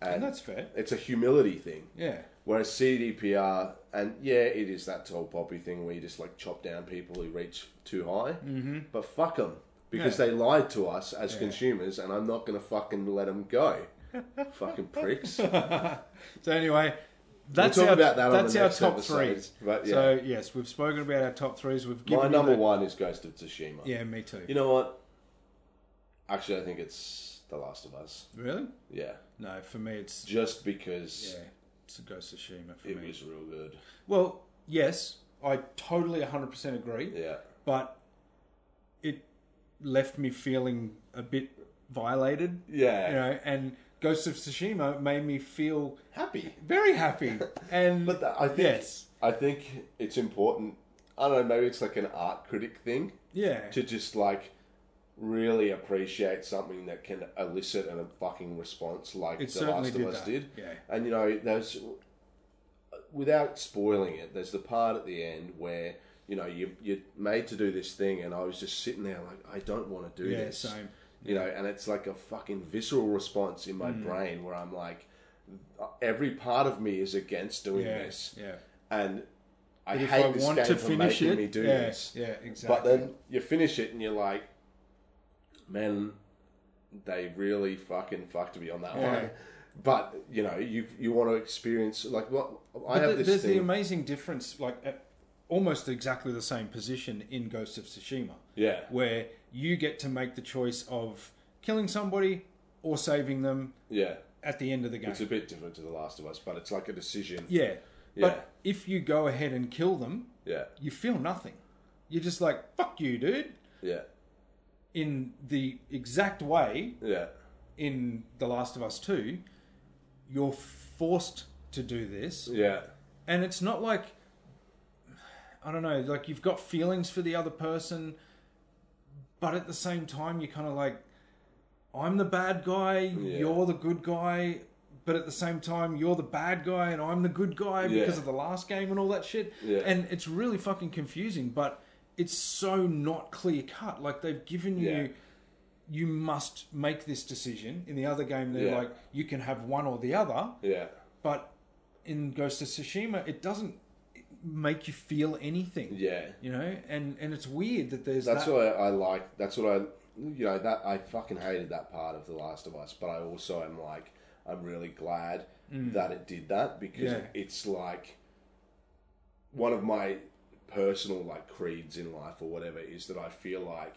And And, that's fair. it's a humility thing. Yeah. Whereas CDPR, and yeah, it is that tall poppy thing where you just like chop down people who reach too high, mm-hmm. but fuck them because Yeah. they lied to us as consumers, and I'm not going to fucking let them go. fucking pricks. So anyway, that's talk our, about that on that's the our next top episode, threes. but yeah. So yes, we've spoken about our top threes. We've given My you number the- one is Ghost of Tsushima. Yeah, me too. You know what? Actually, I think it's The Last of Us. Really? Yeah, No, for me it's just because yeah, it's a Ghost of Tsushima for it me. was real good. Well, yes, I totally 100% agree, Yeah, but it left me feeling a bit violated, yeah, you know, and Ghost of Tsushima made me feel happy. very happy. And But that, I think yes, I think it's important. I don't know. Maybe it's like an art critic thing yeah. to just like really appreciate something that can elicit a fucking response, like It The Last certainly of did Us that. did. Yeah. And you know, there's without spoiling it, there's the part at the end where you know you you're made to do this thing, and I was just sitting there like, I don't want to do Yeah, this. same. You know, and it's like a fucking visceral response in my Mm. brain where I'm like, every part of me is against doing Yeah, this, yeah. and I If hate I this want game to for finish making it, me do yeah, this. yeah, exactly. But then you finish it and you're like, man, they really fucking fucked me on that Yeah. one. But you know, you you want to experience like what I But have th- this there's the thing. amazing difference, like at almost exactly the same position in Ghost of Tsushima, yeah, where you get to make the choice of killing somebody or saving them yeah. at the end of the game. It's a bit different to The Last of Us, but it's like a decision. yeah. Yeah. But if you go ahead and kill them, Yeah, you feel nothing. You're just like, fuck you, dude. yeah, In the exact way yeah, in The Last of Us 2, you're forced to do this. yeah, and it's not like I don't know, like you've got feelings for the other person, but at the same time you're kind of like I'm the bad guy, you're the good guy, but at the same time you're the bad guy and I'm the good guy because Yeah. of the last game and all that shit. Yeah. And it's really fucking confusing, but it's so not clear cut. Like they've given Yeah. you you must make this decision. In the other game they're Yeah. like you can have one or the other yeah. but in Ghost of Tsushima, it doesn't make you feel anything. Yeah. You know, and and it's weird that there's That's that. what I, I like. That's what I, you know, that I fucking hated that part of The Last of Us, but I also am like, I'm really glad that it did that because Mm. Yeah. it's like one of my personal like creeds in life or whatever is that I feel like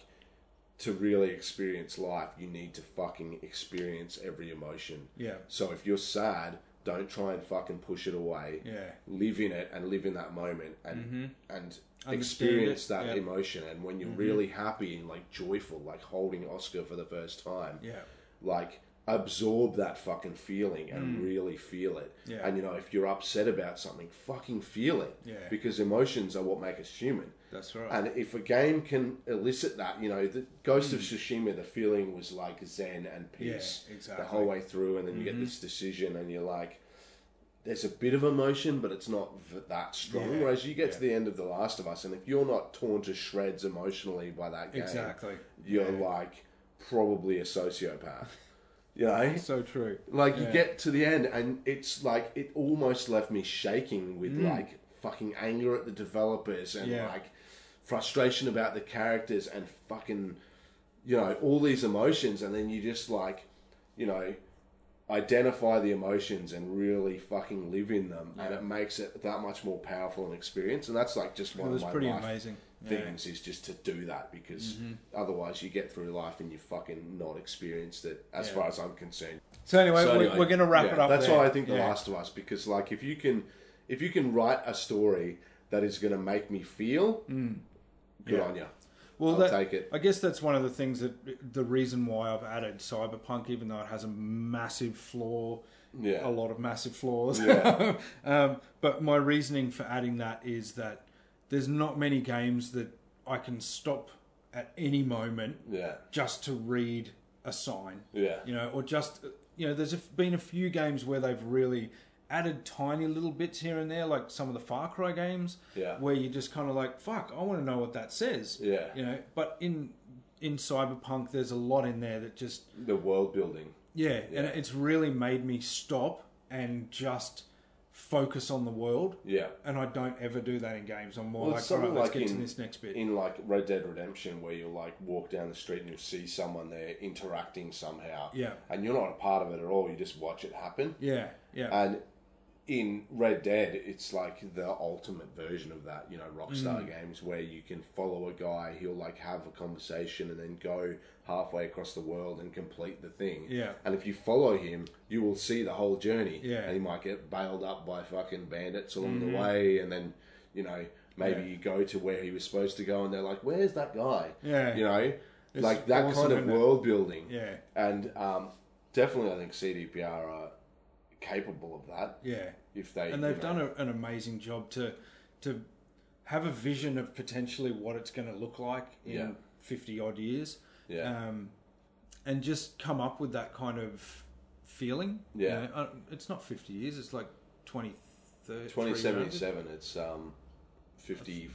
to really experience life, you need to fucking experience every emotion. Yeah. So if you're sad, don't try and fucking push it away. Yeah. Live in it and live in that moment and and Understand experience Mm-hmm. it, that yeah. Mm-hmm. emotion. And when you're really happy and like joyful, like holding Oscar for the first time, Yeah. like absorb that fucking feeling and really feel it. Mm. Yeah. And you know, if you're upset about something, fucking feel it. Yeah. Because emotions are what make us human. That's right. And if a game can elicit that, you know, the Ghost of Tsushima, the feeling was like zen and peace Hmm. Yeah, exactly. Mm-hmm. the whole way through, and then you get this decision, and you're like, there's a bit of emotion, but it's not v- that strong. Yeah, Whereas you get to yeah. the end of The Last of Us, and if you're not torn to shreds emotionally by that game, Exactly. you're like probably a sociopath. You know, so true. like you Yeah. get to the end, and it's like it almost left me shaking with like fucking anger at the developers and Mm. Yeah. like frustration about the characters and fucking you know all these emotions, and then you just like you know identify the emotions and really fucking live in them, and it makes it that much more powerful an experience. And that's like just one It of was my pretty life amazing. Yeah. Mm-hmm. things is just to do that because otherwise you get through life and you fucking not experienced it as far as I'm concerned. So anyway, So we- anyway, we're going to wrap yeah, it up. That's there. why I think The Yeah. Last of Us because like if you can if you can write a story that is going to make me feel good Mm. Yeah. on you. Well, I'll that, take it. I guess that's one of the things that the reason why I've added Cyberpunk, even though it has a massive flaw, Yeah. a lot of massive flaws. Yeah. um, but my reasoning for adding that is that there's not many games that I can stop at any moment Yeah. just to read a sign. Yeah. You know, or just you know, there's a, been a few games where they've really added tiny little bits here and there, like some of the Far Cry games, Yeah. where you're just kind of like, "Fuck, I want to know what that says." Yeah. You know, but in in Cyberpunk, there's a lot in there that just The world building. yeah, and it's really made me stop and just focus on the world. Yeah. And I don't ever do that in games. I'm more Well, like, it's all right, something Oh let's like get to in- this next bit. in like Red Dead Redemption where you'll like walk down the street and you'll see someone there interacting somehow. Yeah. And you're not a part of it at all, you just watch it happen. yeah, yeah, And in Red Dead, it's like the ultimate version of that, you know, Rockstar Mm. games where you can follow a guy, he'll like have a conversation and then go halfway across the world and complete the thing. Yeah. And if you follow him, you will see the whole journey. Yeah. Mm-hmm. And he might get bailed up by fucking bandits along the way and then, you know, maybe Yeah. you go to where he was supposed to go and they're like, Where's that guy? Yeah. You know? It's like that awesome, kind of isn't it? world building. Yeah. And um, definitely I think CDPR are capable of that Yeah. if they and they've done a, an amazing job to to have a vision of potentially what it's going to look like Yeah. in fifty odd years, yeah um, and just come up with that kind of feeling. you Yeah. know. Uh, it's not fifty years; it's like 20, 30, 2077 it's um 50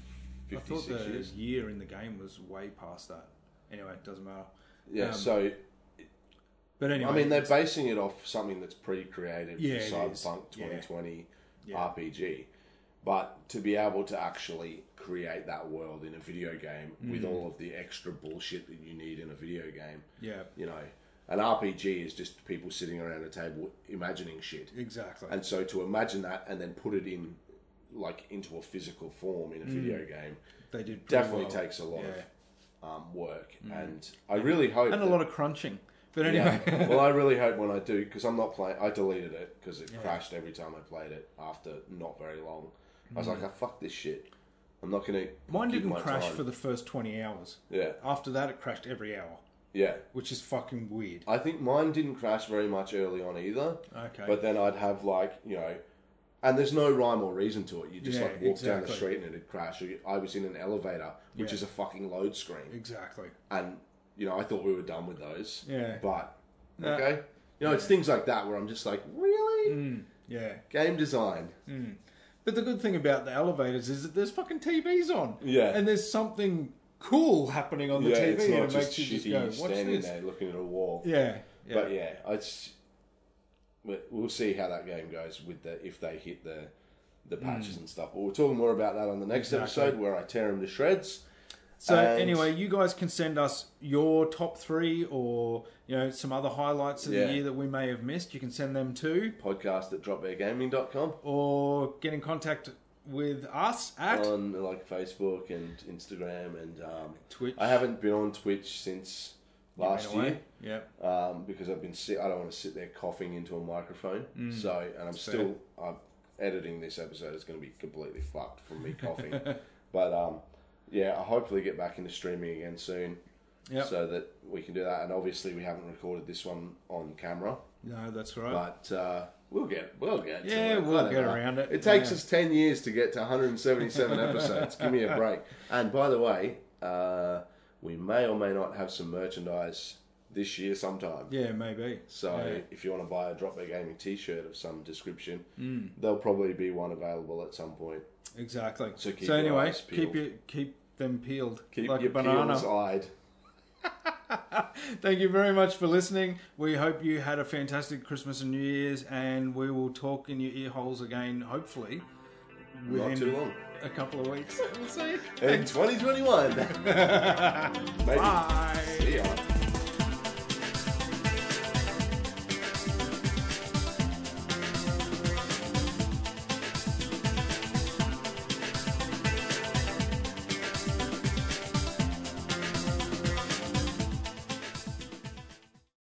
I thought 56 the um, years year in the game was way past that. Anyway, it doesn't matter. yeah um, so But anyway, I mean they're it's- basing it off something that's pre-created Yeah, for it is. Cyberpunk Yeah. 2020 Yeah. RPG but to be able to actually create that world in a video game Mm. with all of the extra bullshit that you need in a video game yeah, you know an RPG is just people sitting around a table imagining shit exactly. And so to imagine that and then put it in like into a physical form in a video game they did Mm. pretty definitely well. takes a lot Yeah. Mm. of um, work. And I really hope and a that- lot of crunching. But yeah. anyway, well, I really hope when I do because I'm not playing. I deleted it because it crashed every time I played it after not very long. I was like, I fuck this shit. I'm not gonna. Mm. mine give didn't my crash time." for the first twenty hours. Yeah, After that, it crashed every hour, yeah. which is fucking weird. I think mine didn't crash very much early on either. Okay. But then I'd have like you know, and there's no rhyme or reason to it. You just Yeah, like walk down the exactly. street and it'd crash. Or you- I was in an elevator, which Yeah. is a fucking load screen, exactly. and you know I thought we were done with those. Yeah. Uh, But No. okay, you know it's things like that where I'm just like, really, Mm. Yeah. game design. But the good thing about the elevators is that there's fucking TVs on. Yeah. And there's something cool happening on the yeah, TV it's and not it just makes you shitty just go, watch standing this. there looking at a wall. Yeah. Yeah. But yeah, it's but we'll see how that game goes with the if they hit the the patches and stuff. But we'll talk more about that on the next Hmm. Exactly. episode where I tear them to shreds. so and- anyway, you guys can send us your top three or, you know, some other highlights of Yeah. the year that we may have missed. You can send them to Podcast at dropbeargaming.com or get in contact with us at on like Facebook and Instagram and um, Twitch. I haven't been on Twitch since last Anyway. year Yeah. um, because I've been sick. I don't want to sit there coughing into a microphone. Mm. So, and I'm still I'm editing this episode. It's going to be completely fucked from me coughing. but um, yeah, I hopefully get back into streaming again soon, Yep. so that we can do that. And obviously, we haven't recorded this one on camera, No, that's right. but. Uh, We'll get, we'll get. to Yeah, it. I we'll don't get around it. It takes Yeah. us ten years to get to 177 episodes. Give me a break. And by the way, uh, we may or may not have some merchandise this year sometime. Yeah, maybe. So Yeah. if you want to buy a Drop Bear Gaming T-shirt of some description, there'll probably be one available at some point. Exactly. So So, keep your anyway, eyes peeled. keep your keep them peeled Keep like your a banana. peels eyed. Thank you very much for listening. We hope you had a fantastic Christmas and New Year's, and we will talk in your ear holes again, hopefully, Not too long. a couple of weeks. We'll see. In 2021. Maybe. Bye. See ya.